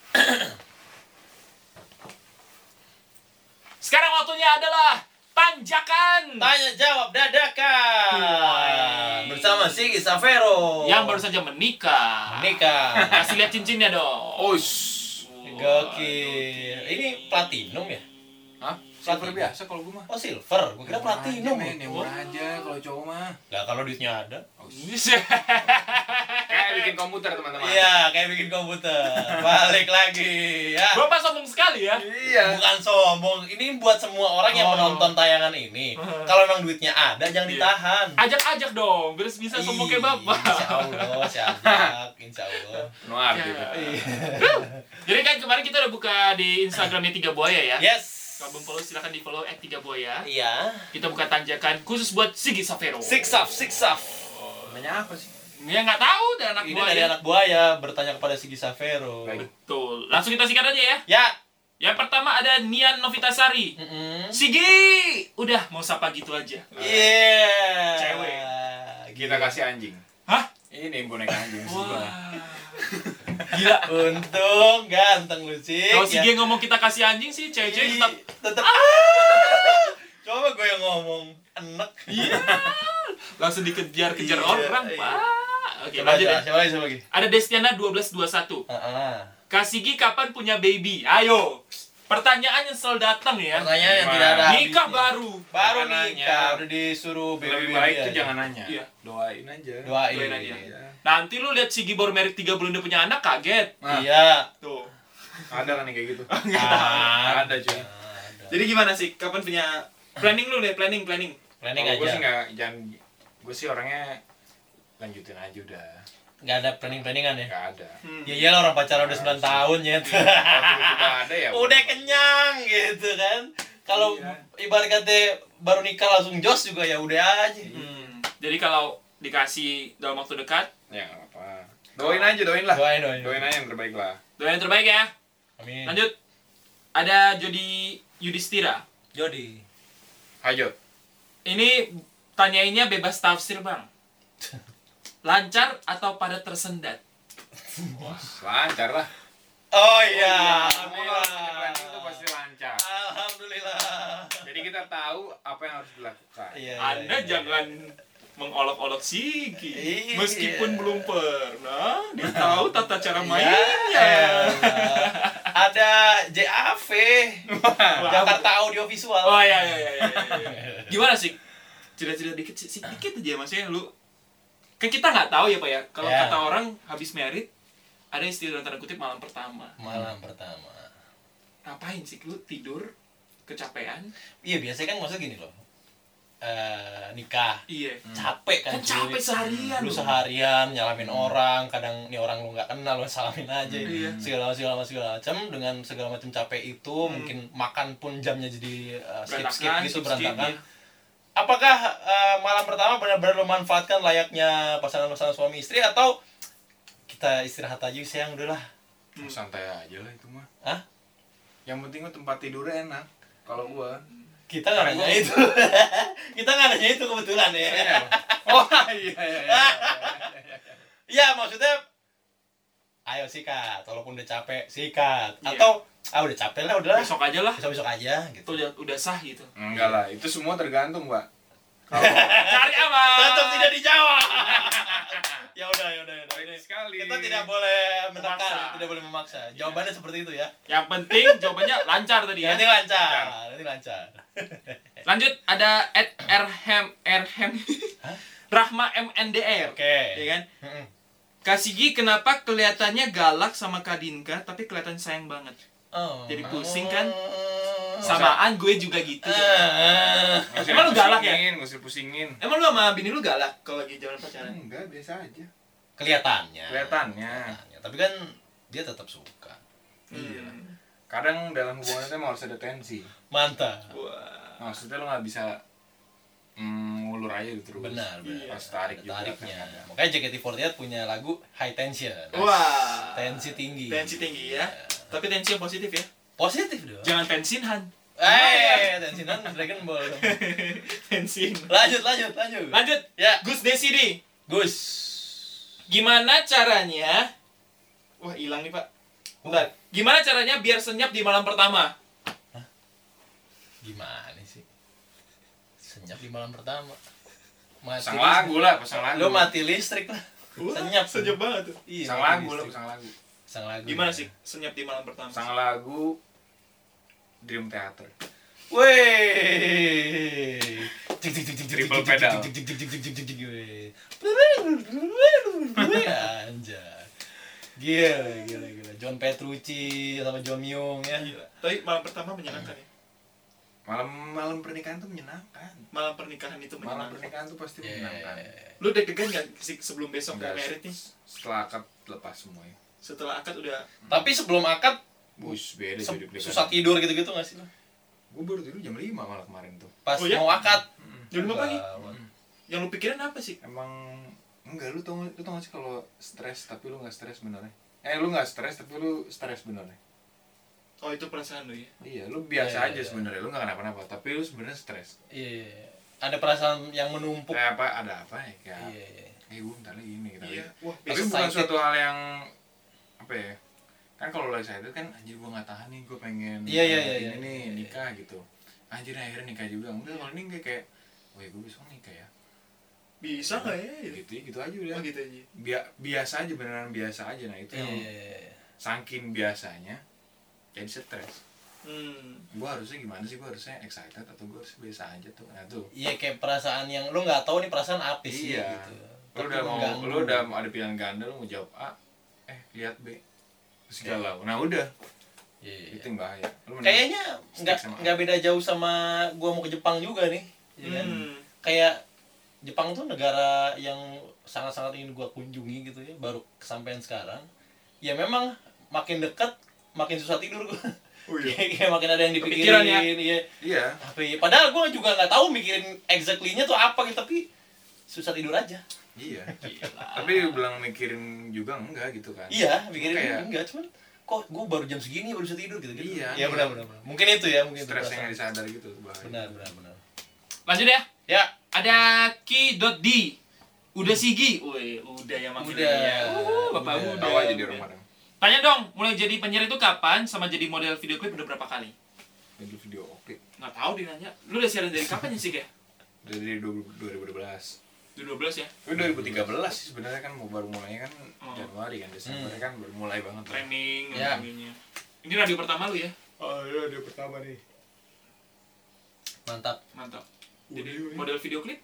Speaker 2: Sekarang waktunya adalah tanjakan.
Speaker 4: Tanya jawab dadakan.
Speaker 1: Bersama Sigi Savero.
Speaker 2: Yang baru saja Oh. menikah.
Speaker 1: nikah.
Speaker 2: Kasih lihat cincinnya dong.
Speaker 3: Oh,
Speaker 1: Gokil. Ini platinum ya?
Speaker 3: Hah? Silver biasa kalau gua mah.
Speaker 1: Oh, silver. Gua kira
Speaker 3: Yang murah aja,
Speaker 1: platinum.
Speaker 3: men, yang murah aja kalau cowok mah.
Speaker 1: Lah kalau duitnya ada.
Speaker 2: Iya.
Speaker 3: Kayak bikin komputer, teman-teman.
Speaker 1: Iya, kayak bikin komputer. Balik lagi ya.
Speaker 2: Bapak sombong sekali ya.
Speaker 3: Iya.
Speaker 1: Bukan sombong, ini buat semua orang yang
Speaker 2: Oh.
Speaker 1: menonton tayangan ini. Kalau emang duitnya ada, jangan
Speaker 2: Iya.
Speaker 1: ditahan.
Speaker 2: Ajak-ajak dong, biar bisa sombong kayak
Speaker 1: Insya
Speaker 2: bapak.
Speaker 1: Allah, siap. Insya Allah.
Speaker 3: Noir
Speaker 2: Ya.
Speaker 3: gitu.
Speaker 2: Jadi kan kemarin kita udah buka di Instagramnya Tiga Buaya ya.
Speaker 1: Yes.
Speaker 2: Kalau belum follow silahkan di follow at Tiga Buaya.
Speaker 1: Iya.
Speaker 2: Kita buka tanjakan khusus buat Sigi Savero.
Speaker 1: Six up, six up.
Speaker 3: Namanya apa sih?
Speaker 2: Ya nggak tahu dari anak
Speaker 1: Ini
Speaker 2: buaya.
Speaker 1: dari anak buaya bertanya kepada Sigi Savero.
Speaker 3: Baik.
Speaker 2: Betul. Langsung kita sikat aja ya.
Speaker 1: Ya.
Speaker 2: Yang pertama ada Nian
Speaker 1: Hmm.
Speaker 2: Novitasari.
Speaker 1: Mm-mm.
Speaker 2: Sigi, udah mau sapa gitu aja.
Speaker 1: Iya.
Speaker 2: Cewek.
Speaker 3: Kita kasih anjing.
Speaker 2: Hah?
Speaker 3: Ini boneka anjing semua.
Speaker 2: Wah.
Speaker 1: Gila. Iya. Untung ganteng lu sih.
Speaker 2: Kalau Sigi ngomong kita kasih anjing sih,
Speaker 1: Iya.
Speaker 2: cewek-cewek tetap Ah!
Speaker 1: tetap. Coba gue yang ngomong enak.
Speaker 2: Iya. langsung dikejar-kejar
Speaker 1: Iya,
Speaker 2: orang,
Speaker 1: iya.
Speaker 2: Pak. Oke,
Speaker 1: Coba
Speaker 2: lanjut
Speaker 1: aja,
Speaker 2: ya.
Speaker 1: coba lagi, coba lagi.
Speaker 2: Ada Destiana 1221.
Speaker 1: Heeh.
Speaker 2: Kak Sigi kapan punya baby? Ayo. Pertanyaan yang selalu datang ya.
Speaker 1: Pertanyaan yang
Speaker 3: Gimana?
Speaker 1: tidak ada.
Speaker 2: Nikah
Speaker 1: habisnya.
Speaker 2: baru.
Speaker 1: Baru
Speaker 3: Jangan
Speaker 1: nikah,
Speaker 3: nanya.
Speaker 1: udah disuruh
Speaker 3: Lebih
Speaker 1: BBB
Speaker 3: baik
Speaker 1: aja.
Speaker 3: tuh jangan nanya.
Speaker 2: Iya.
Speaker 3: Doain aja.
Speaker 1: doain.
Speaker 2: Doain aja.
Speaker 3: Iya.
Speaker 2: Nanti lu lihat Sigi baru married 3 bulan udah punya anak kaget.
Speaker 3: Nah,
Speaker 1: Iya.
Speaker 2: Tuh.
Speaker 3: ada kan yang kayak gitu?
Speaker 1: Ah,
Speaker 3: Ada cuy.
Speaker 1: ada.
Speaker 4: Jadi gimana sih? Kapan punya
Speaker 2: Planning lu deh, planning, planning.
Speaker 1: Planning
Speaker 3: Kalau gue
Speaker 1: aja.
Speaker 3: sih nggak, jangan. Gue sih orangnya lanjutin aja udah.
Speaker 1: Enggak ada planning-planningan ya.
Speaker 3: Nggak ada.
Speaker 1: Ya iyalah orang pacaran udah
Speaker 3: Nah,
Speaker 1: 9 tahun ya.
Speaker 3: Kalau tiba ada ya.
Speaker 1: udah kenyang gitu kan. Kalau
Speaker 3: Iya.
Speaker 1: ibarat kata baru nikah langsung jos juga ya udah aja.
Speaker 3: Iya.
Speaker 2: Hmm. Jadi kalau dikasih dalam waktu dekat,
Speaker 3: Ya nggak apa. Doain aja, doain lah.
Speaker 1: Hmm. Doain doain.
Speaker 3: Doain aja yang terbaik lah.
Speaker 2: doa yang terbaik ya.
Speaker 1: Amin.
Speaker 2: Lanjut. Ada Jody Yudhistira.
Speaker 1: Jody.
Speaker 3: Hajo.
Speaker 2: Ini tanyainnya bebas tafsir, Bang. Lancar atau padat tersendat?
Speaker 3: Lancar lah.
Speaker 1: Oh iya.
Speaker 3: Semua kalau punya planning tuh pasti lancar.
Speaker 1: Alhamdulillah.
Speaker 3: Jadi kita tahu apa yang harus dilakukan.
Speaker 1: Iya.
Speaker 2: Anda
Speaker 1: iya,
Speaker 2: jangan mengolok-olok Sigi.
Speaker 1: Iya.
Speaker 2: Meskipun belum pernah dia tahu tata cara
Speaker 1: iya. Ya,
Speaker 2: mainnya.
Speaker 1: elah. Ada JAV. Jakarta Audio Visual.
Speaker 2: Oh iya iya iya. iya, iya. Gimana sih? Cerita-cerita dikit sih, sih, dikit aja maksudnya lu. Kan kita nggak tahu ya pak ya. Kalau
Speaker 1: Ya.
Speaker 2: kata orang habis merit ada istilah dalam tanda kutip malam pertama.
Speaker 1: Malam pertama.
Speaker 2: Ngapain sih lu tidur? kecapean
Speaker 1: Iya biasanya kan maksudnya gini loh. Eh nikah
Speaker 2: iya
Speaker 1: capek kan
Speaker 2: kan capek
Speaker 1: cuy.
Speaker 2: seharian
Speaker 1: lu
Speaker 2: loh.
Speaker 1: seharian nyalamin orang kadang nih orang lu nggak kenal lu salamin aja
Speaker 2: Iya. Hmm.
Speaker 1: segala segala segala macam dengan segala macam capek itu mungkin makan pun jamnya jadi skip skip
Speaker 2: Berantakan,
Speaker 1: gitu
Speaker 2: skip-skip,
Speaker 1: berantakan
Speaker 2: iya.
Speaker 1: apakah eh, malam pertama benar-benar lu manfaatkan layaknya pasangan-pasangan suami istri atau kita istirahat aja siang udah lah
Speaker 3: santai aja lah itu mah
Speaker 1: Hah?
Speaker 3: yang penting mah tempat tidurnya enak kalau gua
Speaker 1: kita nggak nanya itu kita nggak nanya itu kebetulan ya
Speaker 3: oh iya iya iya
Speaker 1: Ya maksudnya Ayo sikat, walaupun udah capek, sikat Atau, ah udah capek lah, udah lah
Speaker 2: besok aja lah
Speaker 1: Besok-besok aja gitu
Speaker 2: atau udah, udah sah gitu
Speaker 3: enggak lah itu semua tergantung pak
Speaker 2: cari aman
Speaker 1: Tetap tidak dijawab Ya udah, ya udah, ya udah Ini
Speaker 3: sekali
Speaker 1: Kita tidak boleh
Speaker 2: Memaksa.
Speaker 1: menekan, tidak boleh memaksa Jawabannya seperti itu ya
Speaker 2: yang penting jawabannya lancar tadi ya
Speaker 1: Nanti lancar, nanti lancar
Speaker 2: lanjut ada at Erhem Erhem Rahma MNDR
Speaker 1: Oke
Speaker 2: ya kan
Speaker 1: Mm-mm.
Speaker 2: Kasigi kenapa kelihatannya galak sama Kadinka tapi kelihatan sayang banget
Speaker 1: Oh.
Speaker 2: Jadi pusing kan?
Speaker 1: Oh.
Speaker 2: samaan gue juga gitu
Speaker 1: Eh, eh.
Speaker 2: Emang lu galak ya?
Speaker 3: ngusir pusingin
Speaker 2: emang lu sama bini lu galak kalau lagi jalan pacaran
Speaker 1: Hmm.
Speaker 3: enggak biasa aja
Speaker 1: Kelihatannya
Speaker 3: Kelihatannya.
Speaker 1: Kelihatannya. Tapi kan dia tetap suka
Speaker 2: iya
Speaker 3: kadang dalam hubungan itu emang harus ada tensi
Speaker 1: Mantap
Speaker 2: wah
Speaker 3: maksudnya lu nggak bisa mm, ngulur aja gitu terus
Speaker 1: Benar, benar.
Speaker 3: harus tarik
Speaker 1: Ada
Speaker 3: juga kan.
Speaker 1: tariknya.
Speaker 3: kadang-kadang.
Speaker 1: Makanya E JKT48 punya lagu High Tension.
Speaker 2: Wah.
Speaker 1: Tensi tinggi. Iya.
Speaker 2: tensi tinggi ya tapi tensi yang positif ya
Speaker 1: Positif dong.
Speaker 2: jangan tensinhan ya?
Speaker 1: Eh, tensinan Dragon Ball. dong.
Speaker 2: tensin
Speaker 1: lanjut, lanjut, lanjut.
Speaker 2: lanjut
Speaker 1: Ya,
Speaker 2: Gus Desidi
Speaker 1: Gus.
Speaker 2: gimana caranya wah hilang nih pak Bentar. gimana caranya biar senyap di malam pertama
Speaker 1: Gimana sih? Senyap di malam pertama. Mati
Speaker 3: pasang
Speaker 1: listrik.
Speaker 3: lagu lah pasang lagu
Speaker 1: Lo mati listrik lah. Senyap.
Speaker 2: senyap banget tuh
Speaker 1: Iya,
Speaker 3: pasang
Speaker 1: mati
Speaker 3: lagu lah
Speaker 1: listrik.
Speaker 3: pasang lagu
Speaker 1: Sang lagu.
Speaker 2: gimana sih senyap di malam pertama
Speaker 3: pasang lagu Dream Theater
Speaker 1: Wih. Cik cik cik cik
Speaker 3: Triple pedal.
Speaker 1: Cik cik cik cik cik cik cik cik wih. Anjay. Gila, gila, gila. John Petrucci sama John Myung ya.
Speaker 2: Gila. tapi malam pertama menyenangkan ya
Speaker 3: malam malam pernikahan tuh menyenangkan
Speaker 2: malam pernikahan itu
Speaker 3: malam
Speaker 2: menyenangkan
Speaker 3: pernikahan tuh pasti menyenangkan
Speaker 1: Yeah.
Speaker 2: lu deg-degan gak sih sebelum besok
Speaker 3: Enggak,
Speaker 2: merit nih
Speaker 3: setelah akad lepas ya. semuanya
Speaker 2: setelah akad udah
Speaker 1: Tapi sebelum akad
Speaker 3: bus beda
Speaker 1: se-
Speaker 3: hidup dia kan.
Speaker 1: susah
Speaker 3: kadang.
Speaker 1: tidur gitu-gitu gak sih lo?
Speaker 3: Gua baru tidur jam 5 malah kemarin tuh
Speaker 1: Pas
Speaker 2: Oh, ya?
Speaker 1: mau akad.
Speaker 2: jam lima pagi
Speaker 1: Bawang.
Speaker 2: yang lu pikirin apa sih
Speaker 3: emang enggak lu tau lu tau gak sih kalau stres tapi lu nggak stres benernya eh lu nggak stres tapi lu stres benernya
Speaker 2: oh itu perasaan lu ya
Speaker 3: iya lu biasa
Speaker 1: Iya,
Speaker 3: aja
Speaker 1: iya.
Speaker 3: sebenarnya lu nggak kenapa-napa tapi lu sebenarnya stres
Speaker 1: Iya. iya. Ada perasaan yang menumpuk.
Speaker 3: kayak apa ada apa ya kayak
Speaker 1: Iya, iya.
Speaker 3: eh gue bentar lagi gini gitu
Speaker 2: iya wah
Speaker 3: tapi
Speaker 1: Pas
Speaker 3: bukan
Speaker 1: excited.
Speaker 3: suatu hal yang apa ya kan kalau lagi excited kan anjir gue nggak tahan nih gue pengen
Speaker 1: Iya, iya,
Speaker 3: eh,
Speaker 1: iya,
Speaker 3: ini
Speaker 1: iya,
Speaker 3: nih
Speaker 1: iya, iya.
Speaker 3: nikah gitu anjir akhirnya nikah juga enggak kalau ini kayak kayak wah gue besok nikah ya
Speaker 2: bisa nggak ya
Speaker 1: Iya.
Speaker 3: gitu gitu aja udah
Speaker 2: Oh, gitu aja
Speaker 3: Bia- biasa aja beneran biasa aja nah itu
Speaker 1: Iya,
Speaker 3: yang
Speaker 1: iya, iya.
Speaker 3: saking biasanya jadi stres
Speaker 2: hmm
Speaker 3: gue harusnya gimana sih gue harusnya excited atau gue harus biasa aja tuh nah tuh
Speaker 1: Iya kayak perasaan yang lu nggak tahu nih perasaan apa sih
Speaker 3: Iya.
Speaker 1: gitu.
Speaker 3: lu
Speaker 1: Tapi
Speaker 3: udah mau
Speaker 1: mengganggu.
Speaker 3: lu udah mau ada pilihan ganda lu mau jawab A eh lihat B terus galau nah udah
Speaker 1: Iya, iya.
Speaker 3: itu yang bahaya Lu mending-
Speaker 1: kayaknya nggak
Speaker 3: Stick sama
Speaker 1: nggak beda jauh sama gua mau ke Jepang juga nih ya kan?
Speaker 2: Hmm.
Speaker 1: kayak Jepang tuh negara yang sangat-sangat ingin gua kunjungi gitu ya baru kesampaian sekarang ya memang makin dekat makin susah tidur gua
Speaker 3: Oh
Speaker 1: Kayak- kayak makin ada yang
Speaker 2: Kepikiran
Speaker 1: dipikirin
Speaker 2: ya?
Speaker 1: iya.
Speaker 3: iya
Speaker 1: tapi padahal gua juga nggak tahu mikirin exactly-nya tuh apa gitu tapi susah tidur aja
Speaker 3: iya tapi bilang mikirin juga enggak gitu kan
Speaker 1: iya mikirin
Speaker 3: Kayak-
Speaker 1: enggak cuman kok gua baru jam segini baru bisa tidur gitu gitu
Speaker 3: Iya,
Speaker 1: ya
Speaker 3: iya.
Speaker 1: benar benar benar. mungkin itu ya mungkin itu
Speaker 3: stres yang
Speaker 1: perasaan.
Speaker 3: nggak disadar gitu bahaya
Speaker 1: benar benar benar
Speaker 2: lanjut ya
Speaker 1: ya
Speaker 2: ada ki.d udah sigi woi udah ya Mak
Speaker 1: Udah.
Speaker 2: Firly ya. Uhuh, bapak
Speaker 1: Udah.
Speaker 2: udah
Speaker 3: tahu aja di rumah dong
Speaker 2: tanya dong mulai jadi penyiar itu kapan sama jadi model video klip udah berapa kali
Speaker 3: Ini video oke
Speaker 2: nggak tahu dia nanya lu udah siaran dari kapan ya sih ya
Speaker 3: dari 2012
Speaker 2: dua belas ya
Speaker 3: Itu 2013 sih sebenarnya kan mau baru mulainya kan
Speaker 2: Oh.
Speaker 1: Hmm.
Speaker 3: Januari kan Desember kan baru mulai banget. tuh.
Speaker 2: training
Speaker 1: Ya.
Speaker 2: dan sebagainya. ini radio pertama lu ya
Speaker 1: mantap
Speaker 2: mantap jadi model video klip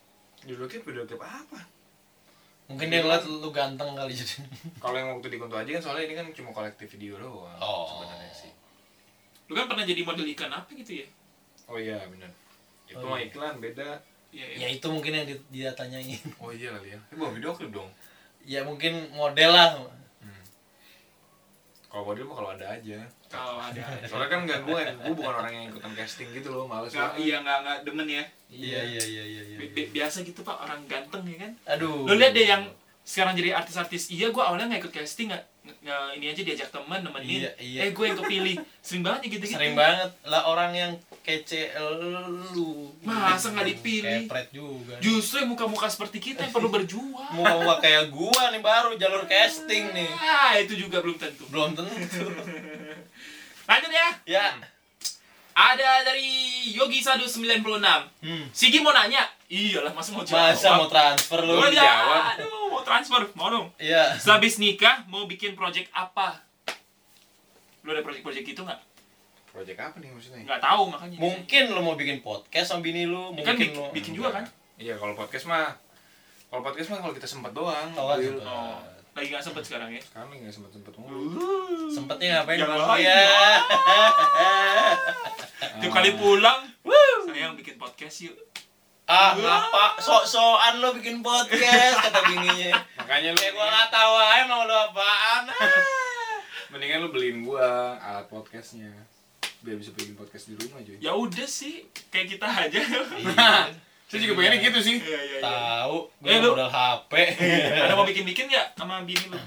Speaker 3: Dulu klip video klip apa?
Speaker 1: Mungkin dia ngeliat lu ganteng kali jadi.
Speaker 3: Kalau yang waktu di Kunto aja kan soalnya ini kan cuma kolektif video doang
Speaker 1: Oh.
Speaker 3: sebenarnya sih.
Speaker 2: lu kan pernah jadi model ikan apa gitu ya Oh
Speaker 3: Oh iya benar. Itu mah iklan beda.
Speaker 2: Iya, iya.
Speaker 1: ya itu mungkin yang di- dia tanyain
Speaker 3: Oh iya kali ya. Eh, bawa video klip dong.
Speaker 1: ya mungkin model lah
Speaker 3: Kalau model mah kalau ada aja.
Speaker 2: Kalau Oh, ada
Speaker 3: Soalnya kan nggak gue, gue bukan orang yang ikutan casting gitu loh, males
Speaker 2: Nggak,
Speaker 3: banget.
Speaker 2: iya nggak nggak demen ya.
Speaker 1: iya iya iya iya iya
Speaker 2: Bi- bi- Biasa gitu pak orang ganteng ya kan.
Speaker 1: aduh
Speaker 2: Lo lihat deh yang sekarang jadi artis-artis. Iya gue awalnya nggak ikut casting nggak nggak- ini aja diajak temen nemenin.
Speaker 1: Iya, iya.
Speaker 2: Eh gue yang kepilih. Sering banget ya gitu-gitu.
Speaker 1: sering banget lah orang yang kece lu
Speaker 2: Masa nggak dipilih?
Speaker 1: kepret juga
Speaker 2: Justru yang muka-muka seperti kita yang perlu berjuang.
Speaker 1: muka muka kayak gua nih baru jalur casting nih
Speaker 2: Ah itu juga belum tentu.
Speaker 1: belum tentu
Speaker 2: Lanjut ya.
Speaker 1: ya
Speaker 2: Ada dari Yogi Sadu 96.
Speaker 1: hmm.
Speaker 2: Sigi mau nanya. Iyalah masa mau jawab.
Speaker 1: masa mau transfer lu
Speaker 2: Udah,
Speaker 3: jawab.
Speaker 2: Aduh, mau transfer. Mau dong.
Speaker 1: iya
Speaker 2: Sehabis nikah mau bikin project apa? Lu ada project-project gitu nggak?
Speaker 3: Project apa nih maksudnya?
Speaker 2: Nggak tahu makanya.
Speaker 1: mungkin lu mau bikin podcast sama bini lu
Speaker 2: Ya
Speaker 1: mungkin
Speaker 2: kan bikin,
Speaker 1: lu
Speaker 2: bikin juga kan?
Speaker 3: Iya kalau podcast mah, kalau podcast mah kalau kita sempet doang.
Speaker 1: Tahu kan,
Speaker 3: Will.
Speaker 1: sempet.
Speaker 2: Oh, lagi nggak sempet sekarang ya.
Speaker 3: Sekarang nggak sempet sempet mulu.
Speaker 1: sempetnya ngapain
Speaker 2: Jangan
Speaker 1: Bang?
Speaker 2: lain,
Speaker 1: Iya.
Speaker 3: Ah.
Speaker 2: Tiap kali pulang, sayang bikin podcast yuk.
Speaker 1: ah ngapa sok-sokan lu bikin podcast kata bininya
Speaker 3: Makanya lu
Speaker 1: kayak gua nggak tahu aja mau lu apaan ah.
Speaker 3: mendingan lu beliin gua alat podcastnya biar bisa bikin podcast di rumah cuy.
Speaker 2: Ya udah sih, kayak kita aja.
Speaker 3: Saya juga pengennya gitu sih.
Speaker 2: Iya, iya, iya.
Speaker 1: tahu gue
Speaker 2: Eh, lu-
Speaker 1: modal HP
Speaker 2: Ada mau bikin-bikin nggak sama bini lu?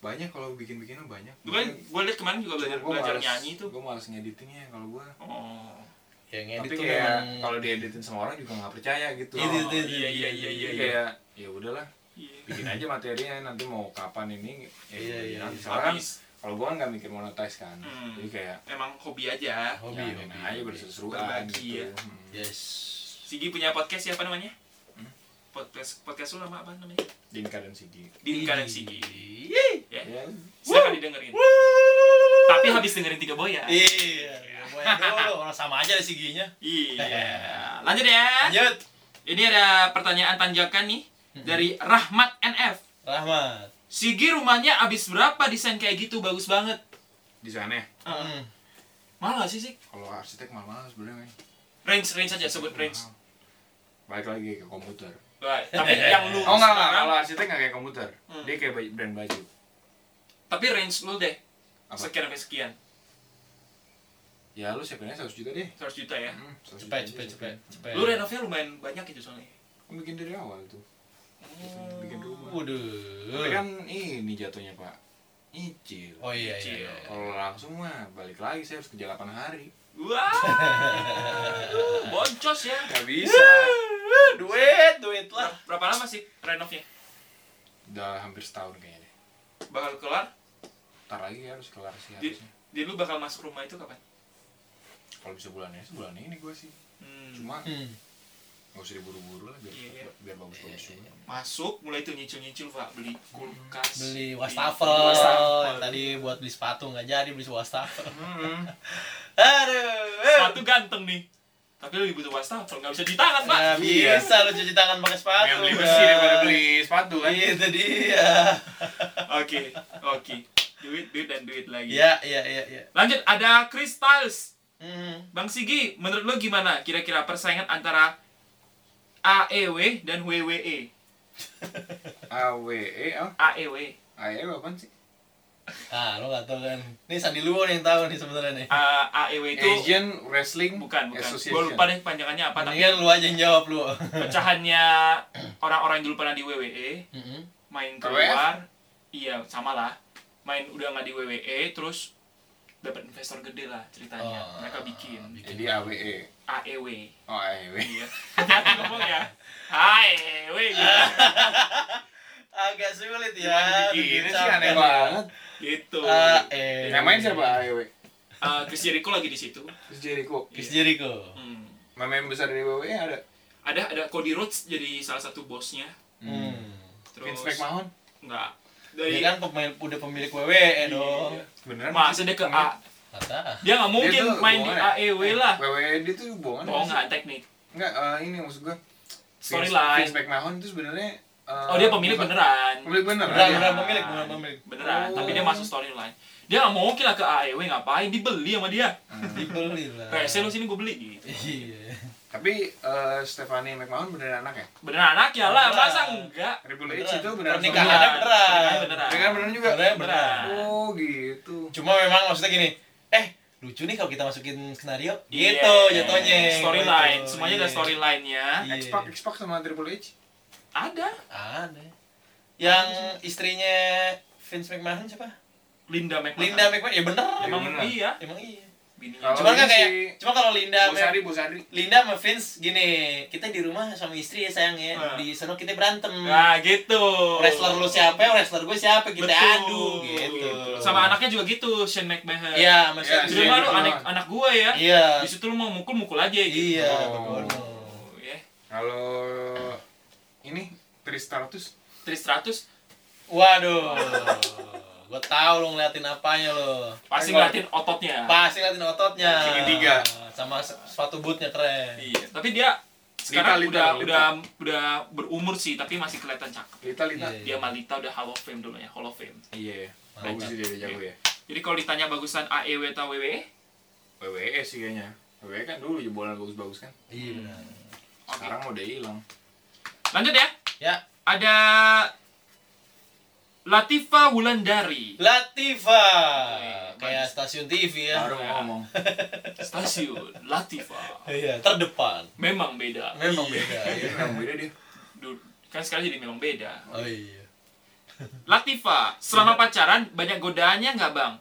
Speaker 3: Banyak kalau bikin bikinnya banyak.
Speaker 2: Lu kan gue liat kemarin juga belajar belajar nyanyi tuh.
Speaker 3: Gue males ngeditingnya kalau gua.
Speaker 2: Oh.
Speaker 1: ya ngedit
Speaker 3: Tapi
Speaker 1: tuh
Speaker 3: kayak
Speaker 1: memang
Speaker 3: kalau dieditin sama orang juga nggak percaya gitu.
Speaker 1: Itu,
Speaker 2: Oh,
Speaker 1: itu, itu,
Speaker 2: iya iya iya
Speaker 3: Jadi
Speaker 2: iya iya.
Speaker 3: kayak ya udahlah
Speaker 2: Iya.
Speaker 3: bikin aja materinya nanti mau kapan ini ya
Speaker 1: Iya, iya,
Speaker 3: nanti
Speaker 1: iya.
Speaker 3: soalnya kan
Speaker 2: Habis.
Speaker 3: kalau gua kan nggak mikir monetize kan
Speaker 2: Hmm.
Speaker 3: jadi kayak
Speaker 2: Emang hobi aja.
Speaker 1: hobi
Speaker 3: ya,
Speaker 1: hobi
Speaker 3: aja
Speaker 1: hobi.
Speaker 3: berseru-seruan
Speaker 2: Berbagi,
Speaker 3: gitu
Speaker 2: ya.
Speaker 3: Hmm.
Speaker 1: yes
Speaker 2: Sigi punya podcast siapa namanya? Hmm? Podcast podcast lu nama apa namanya?
Speaker 3: Dinka dan Sigi
Speaker 2: Dinka dan Sigi.
Speaker 1: Iya.
Speaker 3: ya
Speaker 2: Silakan didengerin. Tapi habis dengerin tiga boy ya.
Speaker 1: iya gue dulu orang sama aja sih giginya
Speaker 2: Iya. Lanjut ya.
Speaker 1: lanjut
Speaker 2: Ini ada pertanyaan tanjakan nih
Speaker 3: Hmm.
Speaker 2: dari Rahmat NF.
Speaker 1: Rahmat
Speaker 2: Sigi rumahnya abis berapa desain kayak gitu bagus banget.
Speaker 3: di sana ya,
Speaker 1: Hmm.
Speaker 2: Mahal gak sih sih?
Speaker 3: kalau arsitek mahal-mahal sebenarnya May.
Speaker 2: Range range aja sebut range.
Speaker 3: Mahal. balik lagi ke komputer
Speaker 2: Wah, tapi yang lu
Speaker 3: oh enggak
Speaker 2: Eh, sekarang,
Speaker 3: enggak
Speaker 2: Hmm.
Speaker 3: kalau arsitek nggak kayak komputer dia kayak baju- brand baju
Speaker 2: tapi range lu deh.
Speaker 3: Apa?
Speaker 2: Sekian sampai sekian.
Speaker 3: ya lu siapinnya 100 juta deh
Speaker 2: 100 juta ya.
Speaker 3: Hmm,
Speaker 1: cepet
Speaker 3: 100 juta
Speaker 1: cepet
Speaker 3: aja
Speaker 1: cepet
Speaker 3: siapin.
Speaker 1: cepet
Speaker 2: Lu renovnya lumayan banyak itu soalnya.
Speaker 3: Gua bikin dari awal tuh
Speaker 2: Hmm.
Speaker 3: bikin rumah Tapi
Speaker 1: waduh
Speaker 3: kan ini jatuhnya pak Icil
Speaker 1: oh iya iya, iya
Speaker 3: Kalau langsung mah balik lagi saya harus kerja 8 hari
Speaker 2: Wah. Boncos ya.
Speaker 3: Gak bisa
Speaker 1: duit duit lah
Speaker 2: Ber- Berapa lama sih renovnya?
Speaker 3: Udah hampir setahun kayaknya deh
Speaker 2: Bakal kelar?
Speaker 3: Ntar lagi ya, harus kelar sih
Speaker 2: Di,
Speaker 3: harusnya
Speaker 2: di lu bakal masuk rumah itu kapan?
Speaker 3: Kalau bisa bulan ini, sebulan ini gue sih
Speaker 2: Hmm.
Speaker 3: Cuma
Speaker 1: hmm.
Speaker 3: nggak usah diburu-buru lah biar,
Speaker 2: Iya.
Speaker 3: biar bagus-bagus juga
Speaker 2: Masuk mulai tuh nyicil-nyicil Pak, beli kulkas. beli-
Speaker 1: beli
Speaker 3: Iya,
Speaker 1: wastafel
Speaker 2: wastafel.
Speaker 1: Yang tadi buat beli sepatu nggak jadi beli wastafel
Speaker 3: Hmm.
Speaker 1: aduh eh.
Speaker 2: Sepatu ganteng nih. Tapi lu butuh wastafel, nggak bisa di tangan, Pak.
Speaker 1: Nah,
Speaker 3: Iya.
Speaker 1: bisa lu cuci tangan pakai sepatu.
Speaker 3: Mendingan beli
Speaker 1: kan?
Speaker 3: besi daripada beli sepatu kan
Speaker 1: Iya, itu dia.
Speaker 2: Oke, oke. Duit, duit dan duit lagi.
Speaker 1: Iya, iya, iya, iya.
Speaker 2: Lanjut ada Chris Stiles.
Speaker 1: Hmm.
Speaker 2: Bang Sigi, menurut lu gimana kira-kira persaingan antara AEW dan E? WWE?
Speaker 3: AWE, ah,
Speaker 2: AEW.
Speaker 3: AE E apaan sih?
Speaker 1: Ah, lu gak tau kan. Ini Sandi Luo nih yang tahu nih sebenarnya nih.
Speaker 2: Uh, AEW itu
Speaker 3: Asian Wrestling
Speaker 2: bukan bukan. Gue
Speaker 3: Association
Speaker 2: lupa deh panjangannya apa tapi
Speaker 1: Mendingan lu aja yang jawab lu.
Speaker 2: pecahannya orang-orang yang dulu pernah di WWE
Speaker 1: Mm-mm.
Speaker 2: main
Speaker 3: WWF?
Speaker 2: keluar iya sama lah main udah nggak di WWE terus dapat investor gede lah ceritanya
Speaker 1: Oh,
Speaker 2: mereka bikin
Speaker 3: Jadi AWE
Speaker 2: AEW
Speaker 3: Oh AEW
Speaker 2: iya hati ngomong ya AEW gitu.
Speaker 1: Agak sulit
Speaker 2: Gimana
Speaker 1: ya.
Speaker 2: dibikin?
Speaker 3: Ini sih
Speaker 1: dicampur.
Speaker 3: aneh banget
Speaker 2: gitu
Speaker 1: Ah, eh.
Speaker 3: Yang main siapa AEW?
Speaker 2: Eh, Chris Jericho lagi di situ
Speaker 3: Terus Jericho
Speaker 1: Chris Jericho.
Speaker 2: Hmm.
Speaker 3: Main besar dari WWE ada
Speaker 2: ada ada Cody Rhodes jadi salah satu bosnya
Speaker 1: Hmm.
Speaker 3: Vince
Speaker 2: terus
Speaker 3: McMahon
Speaker 2: nggak
Speaker 1: Dia
Speaker 2: dari
Speaker 1: kan pemain udah pemilik
Speaker 3: Iya.
Speaker 1: WWE dong.
Speaker 3: Beneran
Speaker 2: masa dia ke A
Speaker 1: Kata.
Speaker 2: dia nggak mungkin
Speaker 3: tuh
Speaker 2: main di
Speaker 3: bohongan ya?
Speaker 2: AEW lah
Speaker 3: WWE dia tuh bohongan
Speaker 2: bohong
Speaker 3: nggak sih?
Speaker 2: nggak teknik
Speaker 3: Enggak, eh, ini maksud gua
Speaker 2: storyline
Speaker 3: Vince McMahon itu sebenarnya eh,
Speaker 2: oh dia pemilik
Speaker 3: bukan-
Speaker 2: beneran
Speaker 3: Pemilik beneran. iya.
Speaker 1: Beneran,
Speaker 3: dia.
Speaker 1: beneran pemilik, Oh. beneran pemilik.
Speaker 2: beneran tapi dia masuk storyline dia nggak mungkin lah ke AEW ngapain dibeli sama dia
Speaker 3: Hmm.
Speaker 1: dibeli lah
Speaker 2: rese lu sini gue beli gitu
Speaker 1: iya
Speaker 3: Tapi eh, Stephanie McMahon beneran anak ya?
Speaker 2: beneran anaknya lah
Speaker 1: Beneran.
Speaker 2: masa enggak
Speaker 3: Triple H itu beneran
Speaker 1: Pernikahannya
Speaker 2: Pernikahannya
Speaker 1: beneran.
Speaker 3: suaminya?
Speaker 2: beneran Iya,
Speaker 3: Pernikahan kan, beneran juga?
Speaker 1: Sebenarnya beneran.
Speaker 3: Oh gitu.
Speaker 1: cuma memang maksudnya gini eh lucu nih kalau kita masukin skenario
Speaker 2: Iya.
Speaker 1: gitu jatuhnya
Speaker 2: storyline
Speaker 1: Gitu.
Speaker 2: semuanya ada
Speaker 1: Iya.
Speaker 2: storyline-nya
Speaker 1: Iya.
Speaker 3: X-Pac, X-Pac sama Triple H.
Speaker 2: ada
Speaker 1: ada yang istrinya Vince McMahon siapa
Speaker 2: Linda McMahon
Speaker 1: Linda McMahon ya bener
Speaker 2: emang
Speaker 3: Beneran.
Speaker 2: iya
Speaker 1: emang iya
Speaker 2: bininya
Speaker 3: Kalau
Speaker 1: cuma kan
Speaker 3: ini
Speaker 1: kayak
Speaker 3: si-
Speaker 1: cuma kalau Linda
Speaker 3: Bu
Speaker 1: sama-
Speaker 3: Sari, Bu Sari.
Speaker 1: Linda sama Vince gini kita di rumah suami istri ya sayang ya
Speaker 2: Ah.
Speaker 1: di sana kita berantem
Speaker 2: nah gitu
Speaker 1: wrestler lu siapa wrestler gue siapa kita
Speaker 2: Betul.
Speaker 1: adu gitu
Speaker 2: sama anaknya juga gitu Shane McMahon
Speaker 1: iya sama
Speaker 3: Iya,
Speaker 1: suami
Speaker 2: Jadi
Speaker 3: Shane
Speaker 2: mah lu
Speaker 3: McMahon.
Speaker 2: anak anak gue ya
Speaker 1: iya
Speaker 2: di situ lu mau mukul mukul aja gitu
Speaker 1: iya
Speaker 3: Oh.
Speaker 1: betul.
Speaker 2: Oh, ya
Speaker 3: Kalau ini Tristatus
Speaker 2: Tristratus
Speaker 1: Waduh. Gue tahu lo ngeliatin apanya lo.
Speaker 2: pasti
Speaker 3: Enggak.
Speaker 2: ngeliatin ototnya
Speaker 1: Pasti ngeliatin ototnya.
Speaker 3: Segitiga.
Speaker 1: Sama se- sepatu bootnya keren.
Speaker 2: Iya, tapi dia sekarang
Speaker 3: Lita,
Speaker 2: udah
Speaker 3: Lita.
Speaker 2: udah udah berumur sih, tapi masih kelihatan cakep.
Speaker 3: Lita Lita.
Speaker 1: Iya.
Speaker 2: Dia Malita udah Hall of Fame dulu ya, Hall of Fame.
Speaker 3: Iya. Bagus sih dia jago ya.
Speaker 2: Jadi kalau ditanya bagusan AEW atau E, WWE,
Speaker 3: WWE E sih kayaknya. WWE kan dulu jebolan bagus-bagus kan.
Speaker 1: Iya benar.
Speaker 3: Sekarang udah hilang.
Speaker 2: lanjut ya.
Speaker 1: Ya,
Speaker 2: Ada Latifa Wulandari,
Speaker 1: Latifa.
Speaker 2: Wih,
Speaker 1: Kayak
Speaker 2: bagus.
Speaker 1: stasiun TV ya.
Speaker 3: Baru mau ngomong.
Speaker 2: stasiun Latifa.
Speaker 1: Iya, terdepan.
Speaker 2: Memang beda.
Speaker 1: Memang beda.
Speaker 3: Iya,
Speaker 1: Iya.
Speaker 3: emang beda dia.
Speaker 2: Du- Kan sekarang jadi memang beda.
Speaker 1: Oh iya.
Speaker 2: Latifa, selama
Speaker 3: Iya.
Speaker 2: pacaran banyak godaannya nggak bang?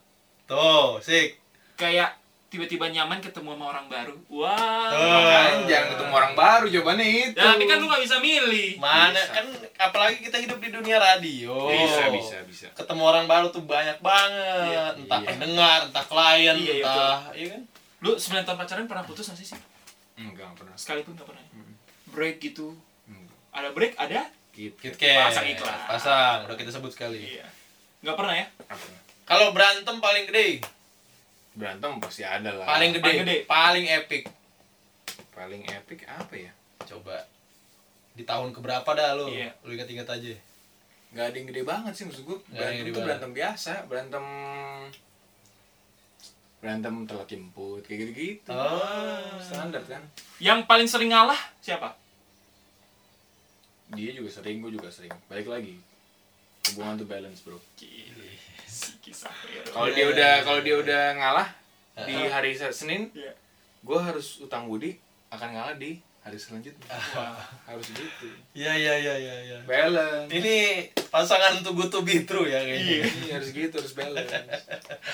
Speaker 1: Tuh, sik.
Speaker 2: Kayak tiba-tiba nyaman ketemu sama orang baru. Wah.
Speaker 1: Tuh.
Speaker 3: Makanya jangan ketemu orang baru jawabannya itu.
Speaker 2: Tapi kan lu nggak bisa milih.
Speaker 1: Mana
Speaker 3: Bisa.
Speaker 1: kan apalagi kita hidup di dunia radio.
Speaker 3: Bisa, bisa, bisa.
Speaker 1: Ketemu orang baru tuh banyak banget,
Speaker 3: Iya.
Speaker 1: entah
Speaker 3: Iya.
Speaker 1: pendengar, entah klien,
Speaker 2: Iya, iya,
Speaker 1: entah, iya kan?
Speaker 2: Lu 9 tahun pacaran pernah putus nggak sih? Sih?
Speaker 3: Enggak pernah.
Speaker 2: sekalipun nggak pernah ya? break gitu
Speaker 3: Hmm.
Speaker 2: ada break ada
Speaker 3: Gitu.
Speaker 1: Kit Kat.
Speaker 2: Pasang iklan. Iya.
Speaker 1: Pasang, udah kita sebut sekali.
Speaker 2: nggak pernah ya
Speaker 3: Nggak pernah.
Speaker 1: Kalau berantem paling gede,
Speaker 3: Berantem pasti ada lah.
Speaker 1: paling gede,
Speaker 2: Paling
Speaker 1: paling,
Speaker 2: gede.
Speaker 1: epic.
Speaker 3: paling epic apa ya?
Speaker 1: Coba di tahun keberapa dah lu?
Speaker 2: Iya.
Speaker 1: Lu ingat-ingat aja.
Speaker 3: Nggak ada yang gede banget sih maksud gue.
Speaker 1: Nggak ada yang
Speaker 3: Berantem
Speaker 1: gede
Speaker 3: tuh
Speaker 1: banget.
Speaker 3: berantem biasa, berantem berantem telat jemput kayak gitu-gitu.
Speaker 1: Oh.
Speaker 3: Standar kan.
Speaker 2: yang paling sering ngalah siapa
Speaker 3: Dia juga sering, gue juga sering. Balik lagi. Hubungan tuh balance, Bro.
Speaker 2: Gile, si kisah hero.
Speaker 1: Iya,
Speaker 3: Kalau dia udah kalau dia udah ngalah di hari Senin,
Speaker 2: Iya.
Speaker 3: gue harus utang budi akan ngalah di hari selanjutnya.
Speaker 1: Ah.
Speaker 3: Harus gitu.
Speaker 1: Iya iya iya iya iya.
Speaker 3: Balance.
Speaker 1: Ini pasangan to good to be true ya kayaknya.
Speaker 3: Iya, harus gitu, harus balance.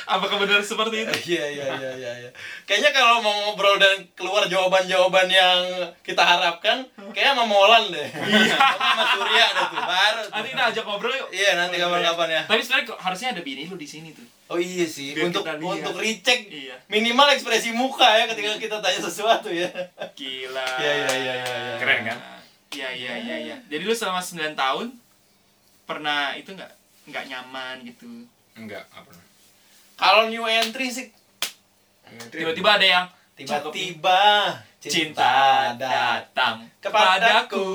Speaker 2: apa kebenaran seperti itu
Speaker 1: Iya iya iya iya iya. Kayaknya kalau mau ngobrol dan keluar jawaban-jawaban yang kita harapkan, kayaknya sama Molan deh. Iya. sama Surya ada tuh baru. tuh.
Speaker 2: nanti kita ajak ngobrol yuk
Speaker 1: Iya nanti kapan-kapan ya.
Speaker 2: tapi sebenarnya kok harusnya ada bini lu di sini tuh
Speaker 1: Oh iya sih,
Speaker 2: Biar
Speaker 1: untuk
Speaker 2: kita lihat.
Speaker 1: untuk recheck
Speaker 2: Iya.
Speaker 1: minimal ekspresi muka ya ketika kita tanya sesuatu ya.
Speaker 2: gila
Speaker 1: Iya, iya, iya, iya, iya.
Speaker 3: Keren kan?
Speaker 2: iya iya iya iya jadi lu selama 9 tahun pernah itu nggak nggak nyaman gitu
Speaker 3: Enggak, apa pernah.
Speaker 1: Kalau new entry sih
Speaker 2: tiba-tiba ada yang
Speaker 1: tiba-tiba
Speaker 2: cinta datang
Speaker 1: kepadaku.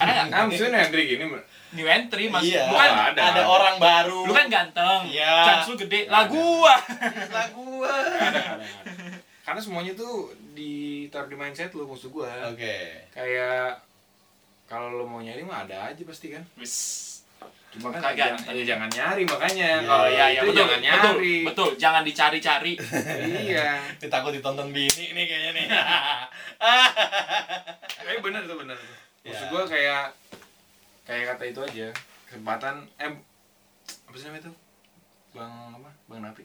Speaker 2: ada nggak
Speaker 3: Ah, maksudnya Hendrik gini, Mbak.
Speaker 2: new entry mas
Speaker 1: Iya.
Speaker 2: bukan
Speaker 3: Wah,
Speaker 1: ada,
Speaker 3: ada.
Speaker 1: orang baru.
Speaker 2: lu kan ganteng
Speaker 1: Iya.
Speaker 2: chance lu gede lah gua
Speaker 1: Lah gua.
Speaker 3: Karena semuanya tuh ditaruh di mindset lu maksud gua.
Speaker 1: Oke.
Speaker 3: Kayak kalau lu mau nyari mah ada aja pasti kan.
Speaker 2: wis
Speaker 3: Cuma kan
Speaker 2: Kagak.
Speaker 3: jangan, ya jangan nyari makanya.
Speaker 2: oh
Speaker 3: Kalau ya,
Speaker 2: iya iya
Speaker 3: itu
Speaker 2: betul
Speaker 3: jangan
Speaker 2: betul
Speaker 3: nyari.
Speaker 2: betul jangan dicari-cari
Speaker 3: Iya.
Speaker 1: Ini takut ditonton bini nih kayaknya nih.
Speaker 3: Kayak bener tuh bener. tuh. Maksud
Speaker 1: Ya.
Speaker 3: gua kayak kayak kata itu aja. Kesempatan eh apa sih namanya tuh? Bang apa? Bang Napi.